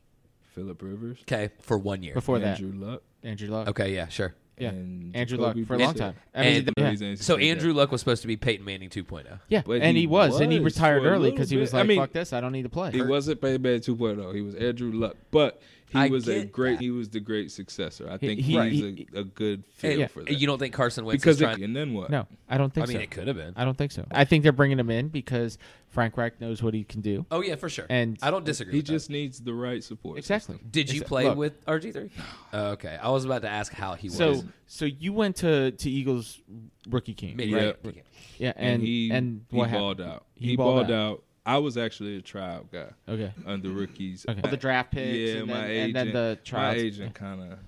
A: Philip Rivers.
B: Okay, for one year.
D: Before that,
A: Andrew Luck.
D: Andrew Luck.
B: Okay, yeah, sure.
D: Yeah.
A: and
D: Andrew
A: Jacoby
D: Luck for a long
A: Brissett.
D: time. I mean,
B: And-
D: the- yeah.
A: He's
B: So
A: NC State.
B: Andrew Luck was supposed to be Peyton Manning oh. 2.0.
D: Yeah,
A: But
D: and
A: he
D: he was, and he
A: was
D: retired
A: for a
D: early
A: little
D: because he
A: bit.
D: was
A: I
D: like,
A: mean,
D: "Fuck this, I don't need to play."
A: He wasn't Baybad 2.0. oh. He was Andrew Luck, but he
B: I
A: was a
B: get
A: great.
B: that.
A: He was the great successor. I think
D: he-
A: he's
D: he-
A: a, a good fit
B: And-
A: for
B: and
A: that.
B: You don't think Carson Wentz
A: because
B: is trying?
A: it, and then what?
D: No, I don't
B: I
D: think
B: mean,
D: so.
B: it could have been.
D: I don't think so. I think they're bringing him in because Frank Reich knows what he can do.
B: Oh yeah, for sure.
D: And-
B: I don't disagree.
A: he
B: with that.
A: just needs the right support.
D: Exactly.
A: system.
B: Did you
D: Exa-
B: play
D: look,
B: with
D: (sighs)
B: RG3? Oh, okay, I was about to ask how he was.
D: So, so you went to to Eagles rookie camp,
B: Mid-
A: Yeah.
B: right.
D: Yeah,
A: And,
D: and and,
A: he
D: what
A: he
D: happened?
A: balled out.
D: He
A: He,
D: balled
A: balled out. I was actually a trial guy
D: Okay,
A: under rookies.
D: okay. the draft picks,
A: yeah,
D: and,
A: my
D: then,
A: agent,
D: and then the
A: my
D: trials.
A: agent kind of.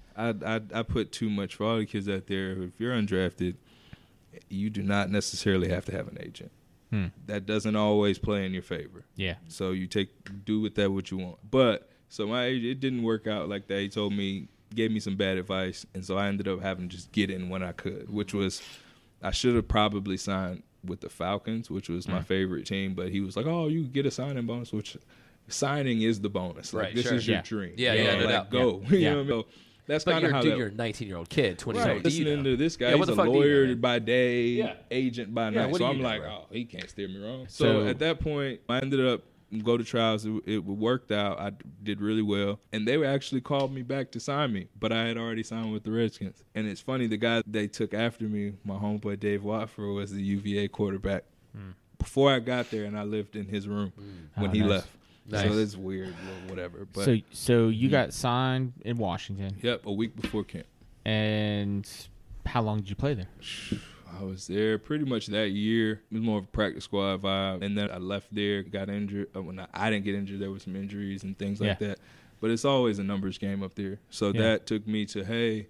A: I, I I put too much for all the kids out there. If you're undrafted, you do not necessarily have to have an agent.
D: Hmm.
A: That doesn't always play in your favor.
D: Yeah,
A: So you take do with that what you want. But so my agent, it didn't work out like that. He told me gave me some bad advice, and so I ended up having to just get in when I could, which was I should have probably signed with the Falcons, which was
B: Mm.
A: my favorite team. But he was like, "Oh, you get a signing bonus," which signing is the bonus. Like,
B: Right,
A: This
B: sure.
A: is your
D: Yeah.
A: dream.
B: Yeah,
A: You
B: yeah,
A: know,
B: no
A: like
B: doubt.
A: go. (laughs)
D: Yeah.
A: you know what I mean? So that's
B: But
A: kind of
B: you're,
A: how
B: dude,
A: that.
B: you're a 19 year old kid, 20 year
A: Right,
B: old. Do you
A: listening
B: know?
A: to this guy,
B: Yeah, what
A: he's
B: the
A: a
B: fuck do you know,
A: lawyer
B: man?
A: by day,
B: Yeah.
A: agent by
B: Yeah,
A: night.
B: what
A: So
B: do you
A: I'm
B: know,
A: like,
B: bro?
A: oh, he can't steer me wrong. So,
D: So-
A: at that point, I ended up go to trials. It, it worked out. I did really well, and they were actually called me back to sign me, but I had already signed with the Redskins. And it's funny, the guy they took after me, my homeboy Dave Watford, was the UVA quarterback.
B: Mm.
A: Before I got there, and I lived in his room when
D: Oh,
A: he
D: nice.
A: left.
B: Ah, Nice.
A: So it's weird, wh- whatever. But
D: so so you got signed in Washington,
A: yep, a week before camp.
D: and how long did you play there?
A: I was there pretty much that year. It was more of a practice squad vibe. And then I left there, got injured. uh, When I, I didn't get injured, there were some injuries and things like
D: Yeah.
A: that. But it's always a numbers game up there. So
D: Yeah.
A: that took me to, hey,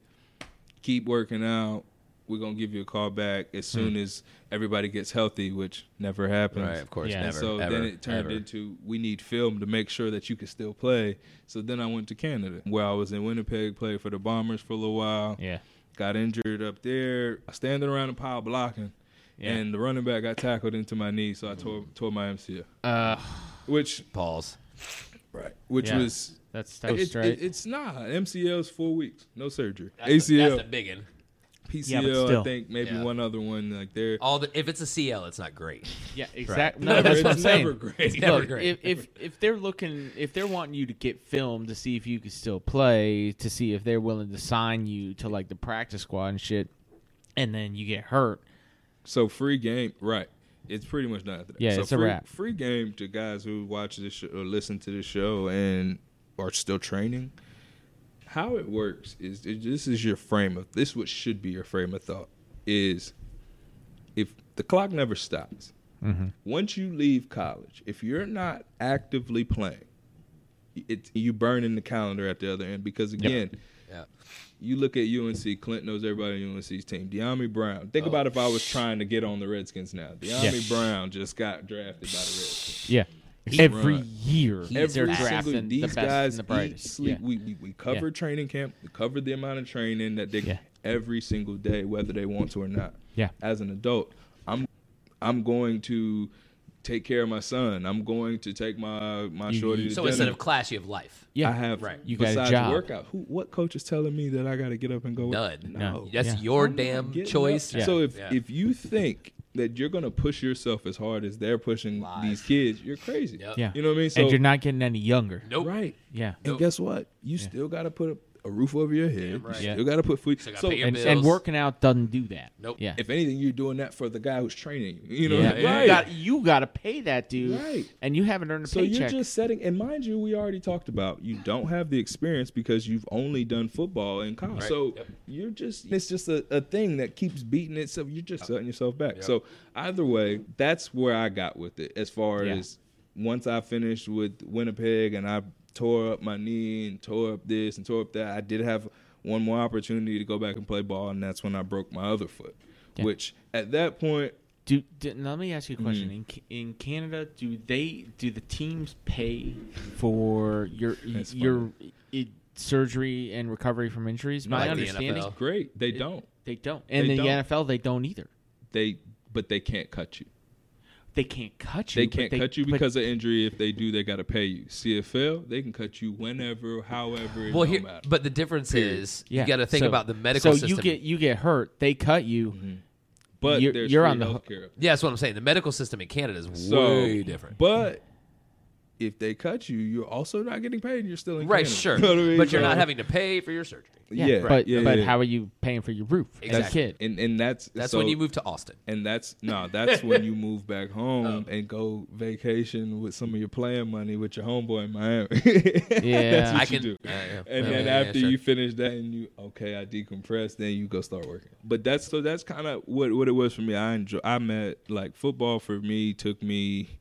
A: keep working out. We're going to give you a call back as
D: Hmm.
A: soon as everybody gets healthy, which never happens.
B: Right, of course,
D: Yeah.
B: never.
A: so
B: ever,
A: then it turned
B: ever.
A: into we need film to make sure that you can still play. So then I went to Canada, where I was in Winnipeg, played for the Bombers for a little while
D: Yeah,
A: got injured up there. I standing around the pile blocking,
D: Yeah.
A: and the running back got tackled into my knee, so I tore tore my MCL,
D: Uh,
A: which
B: Pause.
A: right, which
D: Yeah.
A: was.
D: that's toast,
A: It,
D: right?
A: it, it's not MCL's four weeks, no surgery.
B: That's a-
A: ACL,
B: that's a big one.
A: PCL,
D: Yeah, but still.
A: I think maybe
B: Yeah.
A: one other one like there.
B: All the if it's a CL, it's
A: (laughs)
B: not great.
D: yeah, exactly.
B: No,
D: No, that's
A: it's
D: what I'm saying.
A: never great.
B: never
D: Look,
B: great.
D: If, if if they're looking, if they're wanting you to get film to see if you can still play, to see if they're willing to sign you to like the practice squad and shit, and then you get hurt,
A: So free game, right? It's pretty much not after that.
D: Yeah,
A: so
D: it's a
A: free,
D: wrap.
A: Free game to guys who watch this show or listen to the show and are still training. How it works is is this is your frame of this what should be your frame of thought is if the clock never stops. Once you leave college, if you're not actively playing, it you burn in the calendar at the other end because again
B: Yeah.
A: you look at UNC, Clint knows everybody in UNC's team. De'Ami Brown. Think about if I was trying to get on the Redskins now. De'Ami Brown just got drafted by the Redskins.
D: yeah, every
A: Right.
D: year they're
A: Every
D: drafting
A: single
D: the
A: these
D: best
A: guys
D: and the
A: eat,
D: brightest.
A: sleep.
D: Yeah.
A: We, we, we cover training camp. We cover the amount of training that they
D: Yeah.
A: every single day, whether they want to or not.
D: Yeah.
A: As an adult, I'm I'm going to take care of my son. I'm going to take my my
D: You-
A: shorty. to
B: So
A: dinner.
B: instead of class, you have life.
D: Yeah,
A: I have
B: Right.
D: You got a
A: besides
D: job.
A: workout. Who what coach is telling me that I got to get up and go?
B: None.
A: No.
B: That's
D: Yeah.
B: your
A: I'm not
B: damn
A: getting
B: choice.
A: up. So if
B: Yeah.
A: if you think that you're gonna push yourself as hard as they're pushing
B: Lies.
A: these kids, you're crazy.
B: Yep.
D: Yeah.
A: You know what I mean? So
D: and you're not getting any younger.
B: nope.
A: right.
D: Yeah,
A: And
B: Nope.
A: guess what? You still gotta put a, a roof over your head.
B: Damn right.
A: You
D: Yeah.
A: still gotta put food.
B: Still gotta
A: So
B: pay
A: if
B: your
D: and,
B: bills.
D: and working out doesn't do that.
B: Nope.
D: Yeah.
A: anything, you're doing that for the guy who's training you. You know
D: Yeah,
A: what I mean?
B: yeah.
D: you got you got to pay that dude,
A: Right.
D: and you haven't earned a
A: So
D: paycheck.
A: you're just setting, and mind you, we already talked about you don't have the experience because you've only done football in college.
B: Right.
A: So
B: Yep.
A: you're just, it's just a, a thing that keeps beating itself. You're just setting yourself back. So either way, that's where I got with it. As far
D: Yeah.
A: as once I finished with Winnipeg and I tore up my knee and tore up this and tore up that, I did have one more opportunity to go back and play ball, and that's when I broke my other foot,
D: Yeah.
A: which at that point,
D: Do, do now let me ask you a question. In Ca- in Canada, do they do the teams pay for your
A: That's
D: your i surgery and recovery from injuries? My
B: Like the
D: understanding,
B: NFL.
A: great, they don't.
D: they don't, and
A: They
D: in
A: don't.
D: the NFL, they don't either.
A: They, but they can't cut you.
D: They can't cut you.
A: They
D: but
A: can't cut you
D: but-
A: because of injury. If they do, they got to pay you. CFL, they can cut you whenever, however. It
B: Well,
A: don't
B: here,
A: matter.
B: but the difference
A: Period.
B: is
D: yeah,
B: you got to think
D: so-
B: about the medical
D: So
B: system.
D: you get you get hurt, they cut you.
A: but
D: you're-
A: there's
D: you're
A: free
D: on the hook.
A: healthcare.
B: yeah, that's what I'm saying. The medical system in Canada is
A: So,
B: way different.
A: But if they cut you, you're also not getting paid. You're still in
B: right,
A: Canada.
B: sure.
A: (laughs) You know what I mean?
B: But you're
A: So-
B: not having to pay for your surgery.
A: Yeah,
D: but
A: yeah,
D: but
A: yeah.
D: how are you paying for your roof as a
B: Exactly.
D: kid?
A: And and that's
B: That's
A: so-
B: when you move to Austin.
A: And that's no, that's when you move back home and go vacation with some of your playing money with your homeboy in Miami. (laughs)
D: Yeah.
A: (laughs) that's what
B: I
A: you
B: can.
A: do.
B: yeah, yeah.
A: and
B: Yeah,
A: then
B: yeah, yeah,
A: after
B: sure.
A: you finish that and you okay i decompress then you go start working but that's so that's kind of what what it was for me i enjoy i met like football for me took me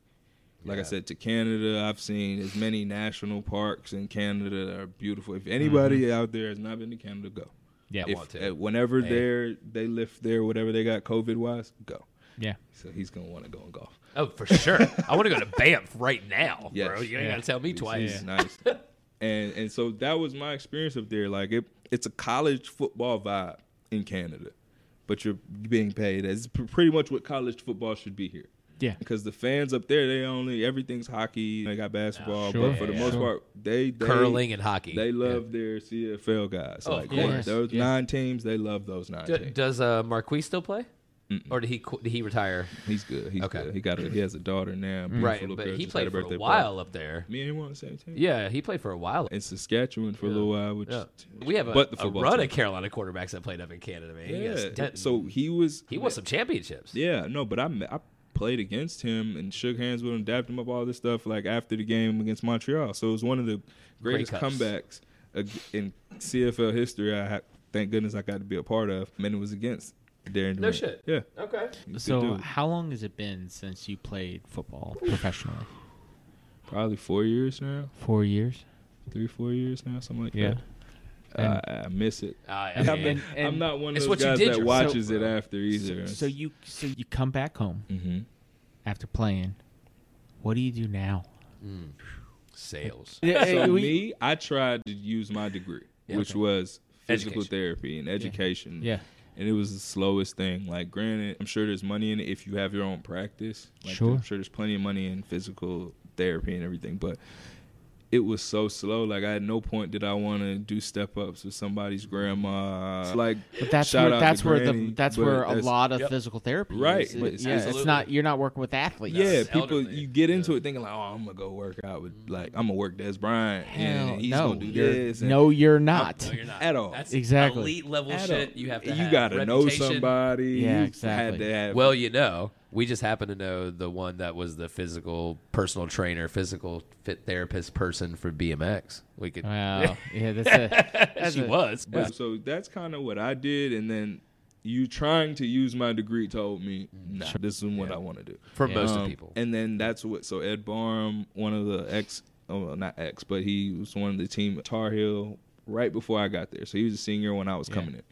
A: like i said to canada i've seen as many national parks in canada that are beautiful if anybody out there has not been to canada go
D: Yeah,
B: Mm-hmm. I
A: if,
B: want to.
A: uh, whenever
B: Hey.
A: they're they lift their whatever they got covid wise go
D: yeah.
A: so he's gonna want to go and golf
B: Oh, for sure. I want to go to Banff right now,
A: Yes.
B: bro. You ain't
D: Yeah.
B: got to tell me
A: It's
B: twice. (laughs)
A: nice. and and so that was my experience up there. Like it, it's a college football vibe in Canada, but you're being paid. It's pr- pretty much what college football should be here.
D: Yeah.
A: Because the fans up there, they only everything's hockey. They got basketball,
D: Sure.
A: but for the
D: Yeah,
A: most
D: sure.
A: part, they, they
B: Curling and hockey.
A: They
B: Yeah.
A: love their CFL guys.
B: Oh,
A: like
B: of course.
A: those
D: Yeah.
A: nine teams, they love those nine
B: D-
A: teams.
B: does uh, Marquis still play, or did he qu- did he retire?
A: He's good. He's
B: Okay.
A: good. He got a, he has a daughter now. beautiful
B: Right,
A: little
B: but
A: girl,
B: he
A: just had
B: played for
A: birthday
B: a
A: party.
B: while up there.
A: Me and him were on the same team.
B: Yeah, he played for a while.
A: In Saskatchewan for a little while, which
B: Yeah. We have a,
A: but the
B: a
A: football
B: run
A: team.
B: of Carolina quarterbacks that played up in Canada, man. He
A: Yeah.
B: is dead-
A: so he was.
B: he won some championships.
A: Yeah. No, but I me- I played against him and shook hands with him, dapped him up, all this stuff. Like after the game against Montreal, so it was one of the greatest
B: cups.
A: comebacks ag- in CFL history. I ha- thank goodness I got to be a part of, and it was against Darren.
B: No
A: Durant.
B: shit.
A: Yeah.
B: Okay.
A: He's a
D: So
A: good dude.
D: how long has it been since you played football professionally?
A: probably four years now,
D: Four years.
A: three four years now, something like
D: Yeah.
A: that. Uh, I miss it.
B: Uh,
A: I'm,
B: yeah, yeah.
A: not- I'm not one of
B: It's
A: those
B: what you
A: guys
B: did
A: that
B: yourself,
A: watches it
B: bro.
A: after either.
D: So you so you come back home
A: hmm
D: after playing. What do you do now?
B: Sales.
A: So me, I tried to use my degree,
B: Yeah,
A: which
B: okay.
A: was physical
B: Education.
A: therapy and education.
D: Yeah.
A: And it was the slowest thing. Like, granted, I'm sure there's money in it if you have your own practice. Like,
D: Sure.
A: I'm sure there's plenty of money in physical therapy and everything, but it was so slow. Like, at no point did I want to do step ups with somebody's grandma. Like,
C: But that's
A: shout out
C: where
A: to
C: that's where
A: granny,
C: the that's
A: but
C: where a
A: that's-
C: lot of
B: Yep.
C: physical therapy.
A: Right,
C: Is.
A: but
C: It-
A: it's-
C: yeah, it's
B: Absolutely.
C: not you're not working with athletes.
A: yeah,
B: it's
A: people,
B: elderly.
A: you get into it thinking like, oh, I'm gonna go work out with like I'm gonna work Des Bryant
C: Hell
A: and he's
C: no.
A: gonna do
C: you're,
A: this. and-
C: no, you're not.
A: (laughs)
B: No, you're not
A: At all.
B: That's
C: Exactly.
B: elite level
A: At
B: shit.
A: all.
B: You have to.
A: You
B: have.
A: gotta know
B: Reputation.
A: somebody.
C: Yeah,
A: You
C: exactly.
A: Had to have
B: Well, you know, we just happen to know the one that was the physical personal trainer, physical fit therapist person for BMX. We could.
D: Wow.
A: (laughs)
D: Yeah, that's a, that's
B: she
D: a-
B: was.
A: But- So that's kind of what I did, and then you trying to use my degree told me, nah, this is what I want to do.
B: For most of
A: Um,
B: people.
A: And then that's what. So Ed Barham, one of the ex, oh, well, not ex, but he was one of the team at Tar Heel right before I got there. So he was a senior when I was coming in,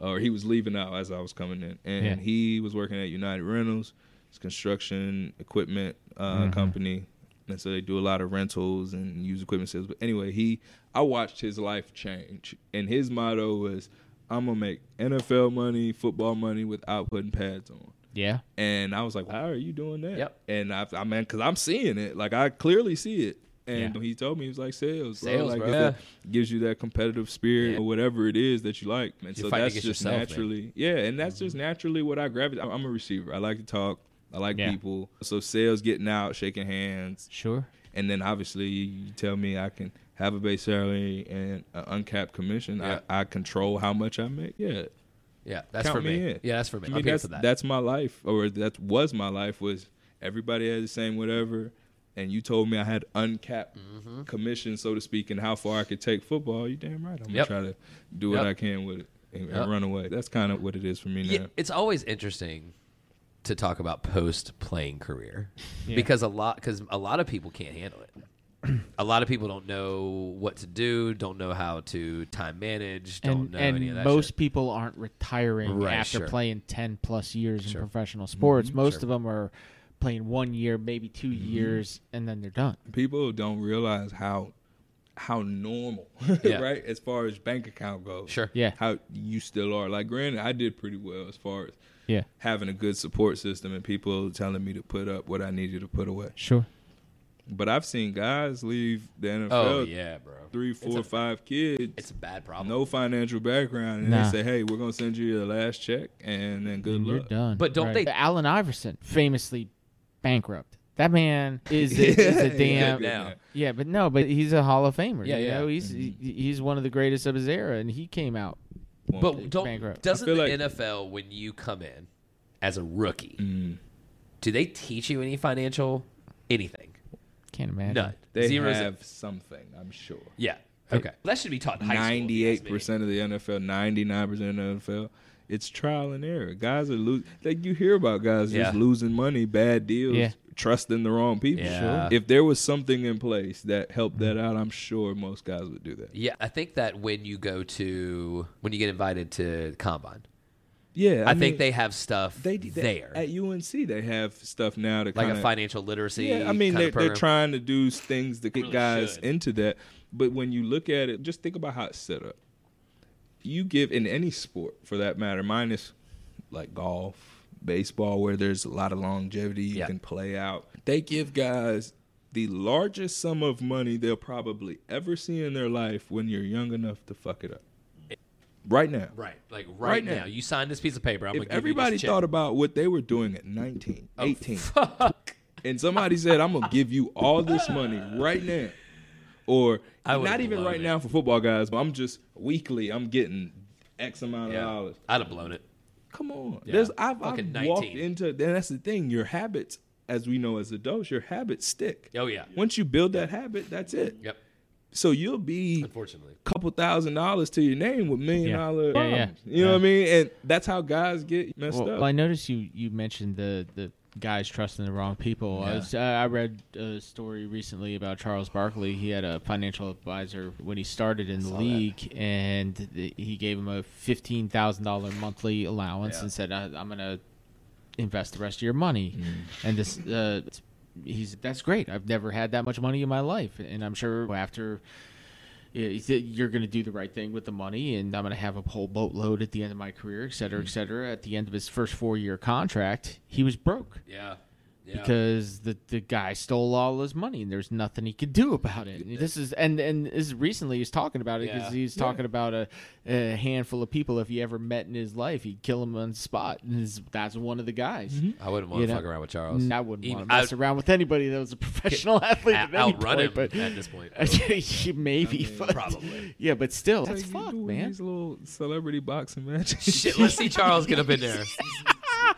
A: or he was leaving out as I was coming in, and
D: Yeah.
A: he was working at United Rentals, it's a construction equipment uh,
B: Mm-hmm.
A: company. And so they do a lot of rentals and used equipment sales. But anyway, he, I watched his life change, and his motto was, "I'm gonna make NFL money, football money, without putting pads on."
D: yeah.
A: And I was like, "How are you doing that?"
B: Yep.
A: And I, I mean, because I'm seeing it, like I clearly see it. And
D: Yeah.
A: he told me he was like, "Sales, bro.
B: Sales,
A: like,
B: bro.
A: it's that- gives you that competitive spirit
B: Yeah.
A: or whatever it is that you like." And
B: You're
A: so
B: fighting
A: that's
B: against
A: just
B: yourself, man. Mm-hmm.
A: naturally, yeah. And that's just naturally what I gravitate. I'm, I'm a receiver. I like to talk. I like
D: Yeah.
A: people. So sales, getting out, shaking hands,
D: Sure.
A: and then obviously you tell me I can have a base salary and an uncapped commission.
B: Yeah.
A: I, I control how much I make. Yeah,
B: yeah, that's
A: count
B: for me.
A: me in.
B: Yeah, that's for
A: I
B: me. I'm
A: mean,
B: here
A: that's
B: for that.
A: that's my life, or that was my life. Was everybody had the same whatever, and you told me I had uncapped
B: Mm-hmm.
A: commission, so to speak, and how far I could take football. You damn right. I'm
B: Yep.
A: gonna try to do
B: Yep.
A: what I can with it and, and
B: Yep.
A: run away. That's kind of what it is for me now.
B: Yeah, it's always interesting to talk about post playing career because a lot because a lot of people can't handle it. a lot of people don't know what to do, don't know how to time manage, don't
D: and,
B: know
D: and
B: any of that.
D: most
B: shit.
D: people aren't retiring
B: Right,
D: after
B: sure.
D: playing 10 plus years
B: Sure.
D: in professional sports most
B: Sure.
D: of them are playing one year maybe 2 years and then they're done
A: People don't realize how how normal, (laughs)
B: Yeah.
A: right, as far as bank account goes.
B: Sure.
D: Yeah.
A: How you still are. Like, granted, I did pretty well as far as
D: yeah
A: having a good support system and people telling me to put up what I needed to put away.
D: sure
A: But I've seen guys leave the NFL,
B: Oh yeah, bro.
A: three, four,
B: a-
A: five kids,
B: It's a bad problem.
A: no financial background, and
D: Nah.
A: they say, "Hey, we're gonna send you your last check, and then good
D: and you're
A: luck."
D: done
B: But don't they-
D: Allen Iverson famously bankrupt that man is
A: (laughs)
D: a, is a damn
B: Yeah.
D: yeah.
B: now.
D: but no but he's a hall of famer
B: Yeah,
D: you
B: yeah.
D: know he's he- he's one of the greatest of his era and he came out
B: But don't
D: bankrupt.
B: doesn't
A: I
B: the
A: feel like-
B: NFL when you come in as a rookie,
A: Mm.
B: do they teach you any financial anything?
D: can't imagine
B: None.
A: they
B: Zero. is-
A: have something, I'm sure.
B: yeah. Okay. That should be taught in high school. if you ask
A: Ninety-eight
B: me.
A: percent of the NFL, ninety-nine percent of the NFL, it's trial and error. Guys are losing. Like you hear about guys just
B: Yeah.
A: losing money, bad deals,
D: Yeah.
A: trusting the wrong people.
B: Yeah. Sure.
A: If there was something in place that helped that out, I'm sure most guys would do that.
B: Yeah, I think that when you go to when you get invited to combine,
A: Yeah,
B: I, think
A: mean,
B: they have stuff
A: they, they
B: there,
A: at UNC. They have stuff now to
B: like
A: kinda,
B: a financial literacy.
A: Yeah, I mean
B: kind
A: they're,
B: of
A: they're
B: program.
A: trying to do things to get
B: Really
A: guys
B: should.
A: into that. But when you look at it, just think about how it's set up. You give in any sport, for that matter, minus like golf, baseball, where there's a lot of longevity, you
B: Yeah.
A: can play out. They give guys the largest sum of money they'll probably ever see in their life when you're young enough to fuck it up. Right now
B: right, like right,
A: Right
B: now.
A: now.
B: You sign this piece of paper. I'm
A: if
B: gonna give
A: everybody
B: you this check. Oh,
A: thought about what they were doing at 19, 18,
B: (laughs) Fuck.
A: and somebody said, I'm going to give you all this money right now, or
B: (laughs) I would
A: not even
B: blown
A: right
B: it.
A: now for football guys, but I'm just weekly, I'm getting X amount
B: Yeah.
A: of dollars.
B: I'd have blown it.
A: Come on. There's, I've,
B: Fucking
A: I've
B: 19.
A: walked into, and that's the thing, your habits, as we know as adults, your habits stick.
B: Oh yeah.
A: Once you build that habit, that's it.
B: Yep.
A: So you'll be
B: Unfortunately.
A: couple thousand dollars to your name with million
D: Yeah.
A: dollar
D: Yeah, yeah.
A: problems. You know what I mean? And that's how guys get messed
D: Well,
A: up.
D: well, I noticed you you mentioned the the guys trusting the wrong people. I, was, uh, I read a story recently about Charles Barkley. He had a financial advisor when he started in the
B: saw that.
D: league, and th- he gave him a fifteen thousand dollar monthly allowance
B: Yeah. Mm.
D: and said, I, "I'm gonna invest the rest of your money." And this. Uh, He's that's great. I've never had that much money in my life, and I'm sure after Yeah, he said, you're going to do the right thing with the money, and I'm going to have a whole boatload at the end of my career, et cetera,
B: Mm-hmm.
D: et cetera. At the end of his first four year contract, he was broke
B: Yeah. Yeah.
D: because the, the guy stole all his money, and there's nothing he could do about it. And this is and and this is recently he's talking about it because
B: Yeah.
D: he's talking about a, a handful of people if he ever met in his life, he'd kill him on the spot, and his- that's one of the guys.
B: I wouldn't want to
D: You know, Mm.
B: fuck around with Charles.
D: I wouldn't
B: Even-
D: want to mess
B: I'd
D: around with anybody that was a professional (laughs) athlete. at
B: out-
D: any
B: outrun
D: point,
B: him
D: but
B: at
A: (laughs)
B: this point.
D: You- (laughs) maybe,
A: I mean,
D: but-
B: probably.
D: Yeah, but still,
A: Like,
D: that's
A: you
D: fucked,
A: doing
D: man.
A: These little celebrity boxing (laughs) matches.
B: Shit, let's see Charles get up in there.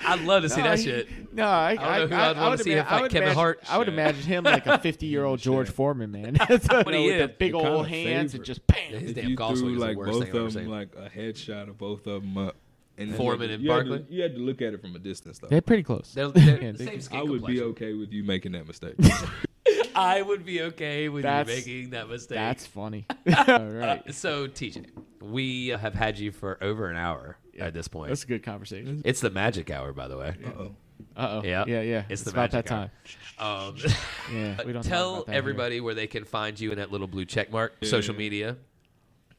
B: I'd love to see
D: No,
B: that
D: he-
B: shit.
D: No, I,
B: don't know who
D: I,
B: I'd
D: I
B: wanna
D: would
B: see
D: ima-
B: if, like,
D: I would
B: Kevin
D: imagine-
B: Hart-
D: I would
A: Shit.
D: imagine him
B: (laughs)
D: like a fifty-year-old George Foreman, man. (laughs) That's
B: what he
D: with
B: is.
D: The big
A: You're kinda
D: old hands
A: favored.
D: and just
B: Yeah,
D: bam.
B: his
A: if
B: damn
A: you
B: golf
A: threw
B: swing is the
A: like
B: worst
A: both
B: thing I've ever
A: of them,
B: seen.
A: like a headshot of both of them up. And
B: Foreman
A: you had
B: and
A: to-
B: Barkley?
A: You had to look at it from a distance, though.
D: They're pretty close.
A: (laughs)
B: They're,
D: (laughs)
B: they're
D: Yeah,
B: the
D: they
B: same
D: can-
B: skin
A: I would be
B: complexion.
A: okay with you making that mistake.
B: I would be okay with you
D: That's-
B: making that mistake. Uh, (laughs)
D: That's funny. (laughs) All right,
B: so, TJ, we have had you for over an hour at this point.
D: that's a good conversation.
B: it's the magic hour, by the way.
A: Uh-oh.
D: Uh oh.
B: Yeah.
D: yeah, yeah.
B: It's the
D: about that
B: magic
D: time.
B: hour. Um, (laughs)
D: Yeah, we don't talk
B: tell
D: about that here.
B: everybody where they can find you in that little blue check mark, social media.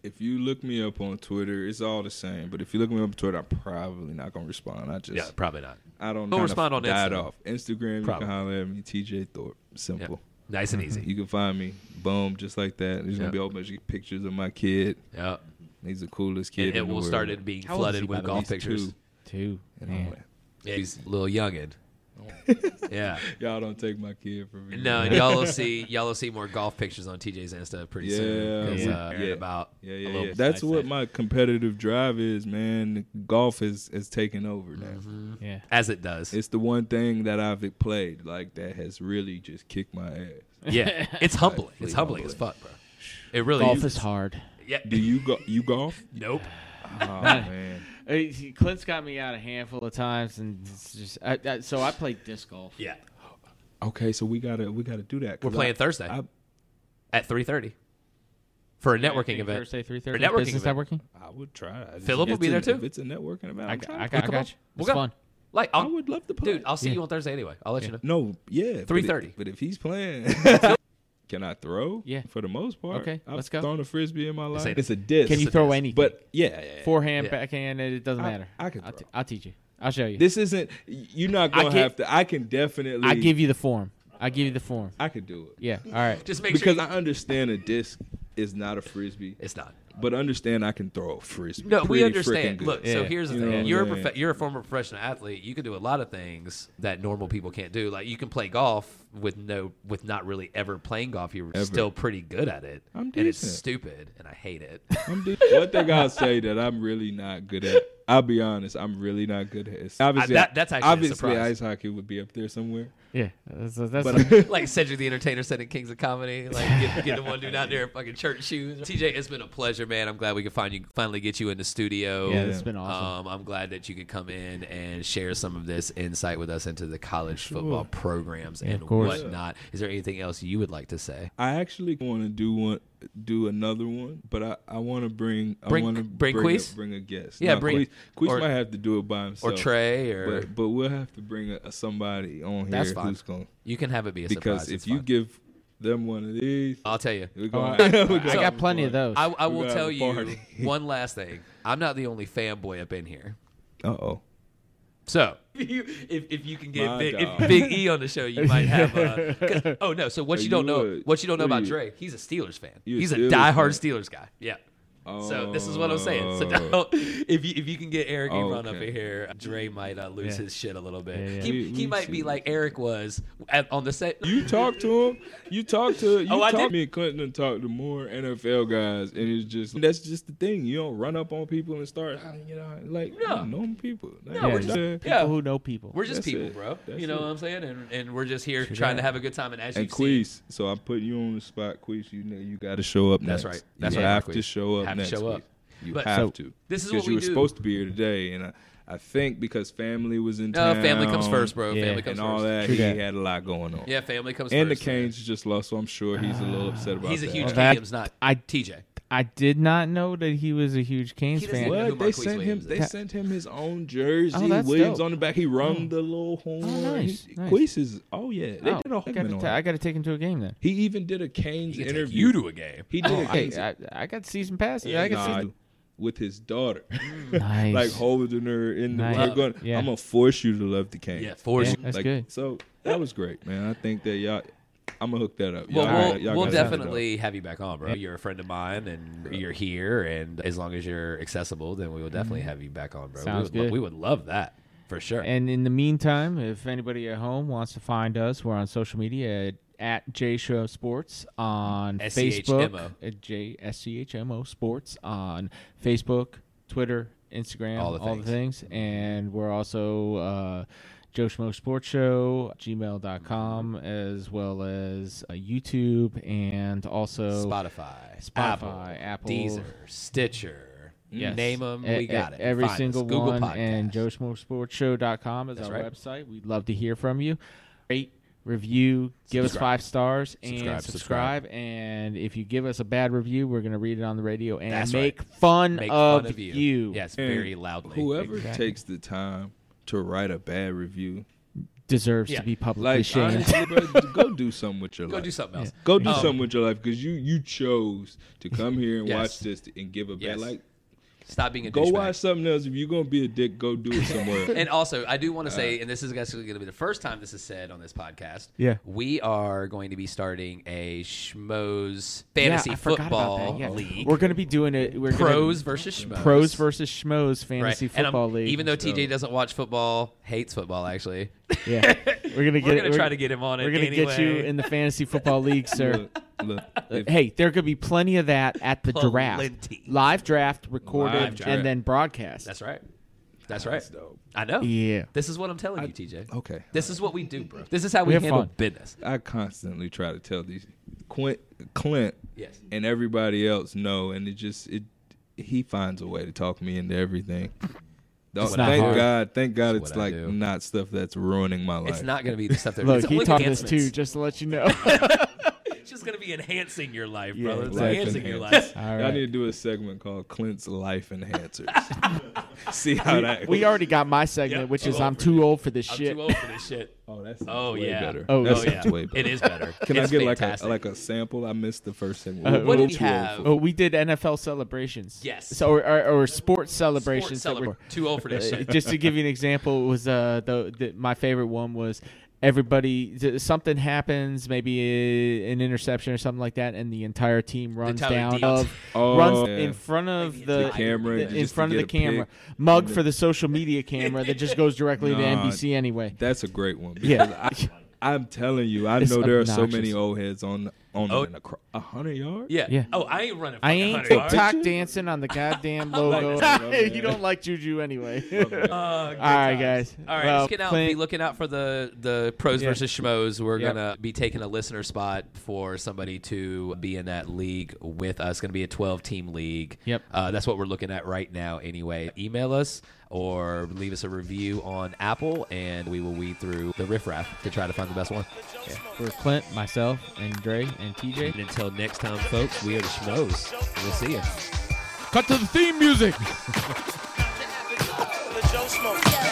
A: If you look me up on Twitter, it's all the same. But if you look me up on Twitter, I'm probably not gonna respond. I just,
B: Yeah, probably not.
A: I don't.
B: Don't
A: kinda
B: respond on
A: died
B: Instagram.
A: off Instagram.
B: Probably.
A: You can holler at me, TJ Thorpe.
B: Yeah.
A: Simple.
B: Nice
D: Mm-hmm.
B: and easy.
A: You can find me. Boom, just like that. There's
B: Yeah.
A: gonna be a whole bunch of pictures of my kid.
B: Yeah.
A: He's the coolest kid.
B: And it
A: in the
B: will
A: world.
B: start it being
D: How old is
B: flooded
D: he, by
B: with
D: the
B: golf
A: He's
B: pictures.
A: two,
D: Two.
A: and I'm
D: Man.
A: like,
B: Yeah, he's a little youngin.
A: (laughs)
B: yeah.
A: Y'all don't take my kid from me.
B: No, and y'all will see y'all will see more golf pictures on TJ's Insta pretty soon.
A: Yeah,
B: Because
A: we-
B: uh, Aaron
A: yeah.
B: about
A: Yeah,
B: a
A: yeah,
B: little
A: yeah. That's
B: besides
A: what
B: that.
A: my competitive drive is, man. Golf is is taking over now.
D: Yeah.
B: as it does.
A: It's the one thing that I've played like that has really just kicked my ass.
D: (laughs)
B: yeah, it's humbling. It's
A: Really
B: humbling as fuck, bro. It really
D: Golf is hard.
B: Yeah.
A: Do you go? You
D: (laughs)
A: golf?
B: (laughs) Nope.
A: Oh man,
D: Hey, see, Clint's got me out a handful of times, and it's just I, I, so I played disc golf.
B: Yeah.
A: Okay, so we gotta we gotta do that. 'cause
B: We're playing
A: I-
B: Thursday.
A: I,
B: At three thirty. For a networking
D: Thursday,
B: event.
D: Thursday three
B: Or
D: thirty.
B: networking
D: Business
B: event.
D: networking.
A: I would try. I just-
B: Phillip will
A: it's
B: be
A: a-
B: there, too.
A: If it's a networking event,
D: I, I,
A: I'm
D: got-
A: trying
D: I
A: to
D: got, I
A: come
D: got you.
B: We'll
D: It's
B: go.
D: fun.
B: Like
A: on. I
B: I'll,
A: would love to play.
B: dude, I'll see
D: Yeah.
B: you on Thursday anyway. I'll let you know.
A: No, yeah, but it-
B: 3:30.
A: But if he's playing,
D: (laughs)
A: can I throw?
D: Yeah.
A: for the most part.
D: Okay,
A: I've
D: let's go.
A: Thrown a frisbee in my life.
B: ain't-
A: It's a disc.
D: Can you
B: It's a
D: throw
B: disc.
D: anything?
A: But yeah, yeah, yeah.
D: forehand,
B: Yeah.
D: backhand, it doesn't
A: I-
D: matter.
A: I can
D: I'll,
A: throw.
D: t- I'll teach you. I'll show you.
A: This isn't. You're not
D: I
A: gonna
D: get-
A: have to. I can definitely.
D: I give you the form. I give you the form.
A: I could do it.
D: Yeah. All right.
B: Just make
A: Because
B: sure
A: I understand a disc is not a frisbee,
B: it's not.
A: but understand I can throw a frisbee.
B: No, we
A: pretty frickin'
B: understand.
A: good.
B: Look, so
D: Yeah.
B: here's the
A: You know what
B: thing:
A: I'm
B: you're a
A: saying?
B: prof- you're a former professional athlete. You can do a lot of things that normal people can't do. Like you can play golf with no with not really ever playing golf. You're
A: Ever.
B: still pretty good at it,
A: I'm
B: and it's
A: decent.
B: stupid, and I hate it.
A: I'm de- one thing I'll say that I'm really not good at. I'll be honest, I'm really not good at. It. Obviously,
B: that- that's actually a
A: obviously
B: surprise.
A: ice hockey would be up there somewhere.
D: (laughs) Yeah. That's, that's,
A: But I,
B: like Cedric the Entertainer said in Kings of Comedy, like get, get the one dude out there in fucking church shoes. TJ, it's been a pleasure, man. I'm glad we could find you finally get you in the studio.
D: yeah, it's been awesome.
B: Um, I'm glad that you could come in and share some of this insight with us into the college football programs and
D: course.
B: whatnot. Is there anything else you would like to say?
A: I actually want to do one, do another one, but I, I want to bring, I
B: Bring-
A: want to
B: bring
A: bring
B: Queez?
A: a, bring a guest.
B: Yeah,
A: No,
B: bring-
A: Queez, Queez
B: or-
A: might have to do it by himself
B: Or Trey, or
A: but, but we'll have to bring a, somebody on here
B: That's fine.
A: who's going
B: you can have it be a
A: because
B: surprise.
A: if
B: It's
A: you
B: fine. Uh,
A: give them one of these,
B: I'll tell you.
A: we're
D: Oh, (laughs) I,
A: going. we're
D: I
A: gonna have
D: got
A: a
D: plenty of
A: party.
D: those.
B: I, I
A: We're
B: will
A: gonna
B: tell
A: have a
B: you
A: party.
B: one last thing. I'm not the only fanboy up in here.
A: Uh oh.
B: So (laughs) if you, if, if you can get
A: My
B: big, if
A: God.
B: big E on the show,
A: (laughs)
B: you might have. A, 'cause- oh no! So what
A: Are
B: you
A: you
B: don't know,
A: a-
B: what you don't know
A: what are
B: about
A: you?
B: Dre, he's a Steelers fan.
A: You a
B: He's a
A: Steelers
B: diehard
A: fan?
B: Steelers guy. Yeah. So this is what I'm saying. So
A: Oh.
B: don't, if you if you can get Eric
A: Oh,
B: Ebron up
A: okay.
B: in here, Dre might uh, lose his shit a little bit.
D: Yeah, yeah.
B: He,
A: Let me-
B: he
A: let me
B: might be
A: see.
B: like Eric was at, on the set.
A: You talk to him. You talk to. You
B: Oh, I
A: talk,
B: did.
A: Me and Clinton and talk to more NFL guys, and it's just that's just the thing. You don't run up on people and start, ah, you know, like
B: No.
A: no. known people. Like, yeah,
B: we're just-
A: yeah.
D: People
B: yeah.
D: who know people.
B: (laughs) We're just
A: That's
B: people,
A: it.
B: bro.
A: That's
B: you know
A: it.
B: what I'm saying? And, and we're just here trying to have a good time. And as
A: And
B: you've seen,
A: Quees, so I'm putting you on the spot, Quees. You know, you got to show up.
B: That's
A: next.
B: right. That's
A: you
B: right,
A: have to
B: Quees.
A: show up
B: Have to
A: next.
B: show up.
A: Quees. You
B: But-
A: have
D: So,
A: to.
B: this is
A: Because
B: what
A: you
B: we
A: were
B: do.
A: supposed to be here today, and I, I think because family was in
B: uh,
A: town,
B: family comes first, bro.
D: Yeah.
B: Family
A: and
B: comes
A: all
B: first.
A: that.
D: True
A: he
D: that.
A: had a lot going on.
B: Yeah, family comes
A: And the
B: first. Ah.
A: Canes just lost, so I'm sure he's a little upset about
B: He's a
A: that.
B: huge
D: that-
B: Kingdom's not
D: I-
B: TJ.
D: I did not know that he was a huge Canes
B: He doesn't
D: fan.
B: even know who
A: What they
B: Marquise
A: sent him?
B: Williams
A: They
B: is.
A: sent him his own jersey.
D: Oh, that's
A: Williams
D: dope. Oh,
A: on the back. He rung the little horn.
D: nice,
A: He-
D: nice.
A: Queese is. Oh yeah, they
D: Oh,
A: did a
D: I gotta
A: Holman on.
D: ta- I
A: him.
D: got to take him to a game then.
A: He even did a Canes
B: He can take
A: interview.
B: you to a game.
A: He did a
D: I,
A: Canes.
D: Oh, I, I got season pass.
A: Yeah,
D: I got
A: nah,
D: season.
A: with his daughter,
D: Nice.
A: like holding her in the.
D: Nice.
A: We're going.
D: Yeah.
A: I'm gonna force you to love the Canes.
B: Yeah, for
D: Yeah.
B: you.
D: That's
A: Like,
D: good.
A: So that was great, man. I think that y'all. I'm gonna hook that up.
B: Well,
A: Y'all
B: we'll,
A: gotta- y'all gotta
B: we'll
A: hook it up.
B: definitely have you back on, bro. You're a friend of mine, and you're here. And as long as you're accessible, then we will definitely have you back on, bro. we
D: Mm-hmm. Sounds
B: would, lo-
D: good.
B: we would love that for sure.
D: And in the meantime, if anybody at home wants to find us, we're on social media at, at J Show Sports on
B: SCHMO.
D: Facebook, at J S C H M O Sports on Facebook, Twitter, Instagram,
B: All the
D: things. And we're also uh, Joe Schmo Sports Show, gmail.com, as well as uh, YouTube and also
B: Spotify,
D: Spotify,
B: Apple,
D: Apple.
B: Deezer, Stitcher.
D: Yes.
B: Name them.
D: E-
B: we
D: e-
B: got it.
D: Every
B: Find us.
D: single
B: Google
D: one.
B: Podcasts.
D: And joesmoresportshow.com is
B: That's
D: our
B: right.
D: website. We'd love to hear from you. Rate, review, give us
B: Subscribe.
D: five stars, and
B: Subscribe,
D: subscribe,
B: subscribe.
D: And if if you give us a bad review, we're going to read it on the radio and
B: That's right.
D: make fun
B: Make
D: of,
B: fun of you.
D: you.
B: Yes,
A: And
B: very loudly.
A: Whoever
D: Exactly.
A: takes the time to write a bad review,
D: Deserves
B: Yeah. uh,
D: to be publicly
A: like
D: shamed.
A: honestly, bro, go do something with your
B: Go
A: life.
B: do something else.
A: Go do
B: Um,
A: something with your life because you you chose to come here and
B: Yes.
A: watch this and give a bad
B: Yes.
A: like.
B: Stop being a
A: Go
B: douchebag.
A: watch something else. If you're gonna be a dick, go do it somewhere. else.
B: (laughs) and also, I do want
D: Uh,
B: to say, and this is actually going to be the first time this is said on this podcast.
D: Yeah.
B: we are going to be starting a Schmoes fantasy
D: yeah, I forgot about
B: football
D: that. Yeah.
B: league.
D: We're going to be doing it. We're gonna-
B: pros versus Schmoes.
D: pros versus schmoes fantasy
B: And I'm-
D: football league.
B: Even though TJ doesn't watch football, hates football actually.
D: yeah, we're gonna get.
B: (laughs) We're gonna try to get him on it.
D: We're gonna get you
B: anyway.
D: in the fantasy football
B: (laughs)
D: league, sir.
A: look, look, if-
D: hey, there could be plenty of that at the draft.
B: Plenty.
D: Live draft, recorded,
B: Live draft.
D: and then broadcast.
B: That's right. That's right.
A: That's dope.
B: I know.
D: Yeah.
B: This is what I'm telling you, TJ.
A: okay.
B: This is what we do, bro. This is how we,
D: have
B: handle
D: fun.
B: business.
A: I constantly try to tell these Clint, Clint,
B: Yes.
A: and everybody else no, and it just it he finds a way to talk me into everything. Oh,
D: not
A: thank
D: hard.
A: God, thank God,
B: It's
A: it's
B: what I
A: like
B: do.
A: not stuff that's ruining my life.
B: It's not going to be the stuff that
D: (laughs) Look,
B: it's
D: he
B: only
D: taught this too,
B: enhancements.
D: just to let
B: (laughs)
D: you know.
B: It's just going to be enhancing your life,
D: Yeah,
B: brother. It's
A: Life
B: enhancing
D: (laughs)
B: your
A: enhancers.
B: life.
D: All
A: Y'all
D: right.
A: need to do a segment called Clint's Life
B: (laughs)
A: Enhancers. See how that.
D: we already got my segment,
B: Yeah,
D: which
B: too
D: is
B: old
D: I'm
B: for
D: too
B: you.
D: old for this
B: I'm
D: shit.
B: too old for this shit.
A: Oh, that's
B: Oh
A: way
B: yeah.
A: better.
D: Oh,
A: that
D: yeah.
A: sounds way better.
B: It is better.
A: Can
B: It's
A: I get
B: fantastic.
A: like a like a sample? I missed the first segment.
D: Uh,
A: We're
D: what do
B: we
A: too old
B: have?
A: for-
D: Oh, we did NFL celebrations.
B: Yes.
D: So or, or, or sports
B: Sports
D: celebrations. that
B: celebra-
D: were-
B: too old for this
A: (laughs)
D: Uh,
B: shit.
D: just to give you an example, it was uh the, the my favorite one was everybody th- something happens, maybe a, an interception or something like that, and the entire team runs
B: Tyler
D: down
B: Deeds.
D: of
A: Oh,
D: runs
A: yeah.
D: in front of
B: Like,
D: the,
B: the
A: camera,
D: the-
A: just
D: in
A: to
D: front of
A: get
D: the
A: a pic,
D: camera, mug
A: and
D: for
A: then-
D: the social media camera that just goes
A: (laughs)
D: directly to
A: Nah.
D: NBC anyway.
A: That's a great one.
D: Yeah.
A: because I, I'm telling you, I
D: It's
A: know there are so
D: obnoxious.
A: many old heads on on
B: Oh.
A: oh, a hundred yards.
B: Yeah.
D: Yeah.
B: Oh, I ain't running.
D: I
B: fucking
D: ain't
B: 100 yards.
D: TikTok dancing on the goddamn logo.
A: that.
D: (laughs) you don't like Juju anyway. (laughs)
B: Uh, good
D: All right,
B: times.
D: guys.
B: All right,
D: Well,
B: just get out.
D: Clint-
B: be looking out for the the pros
D: Yeah.
B: versus schmoes. We're
D: Yep.
B: gonna be taking a listener spot for somebody to be in that league with us. Gonna be a twelve team league.
D: Yep.
B: Uh, that's what we're looking at right now. Anyway, email us or leave us a review on Apple, and we will weed through the riffraff to try to find the best one.
D: For Clint, myself, and Dre, and TJ.
B: And until next time, folks, we are the schmoes. We'll see you.
D: Cut to the theme music.
E: The Joe Smoke.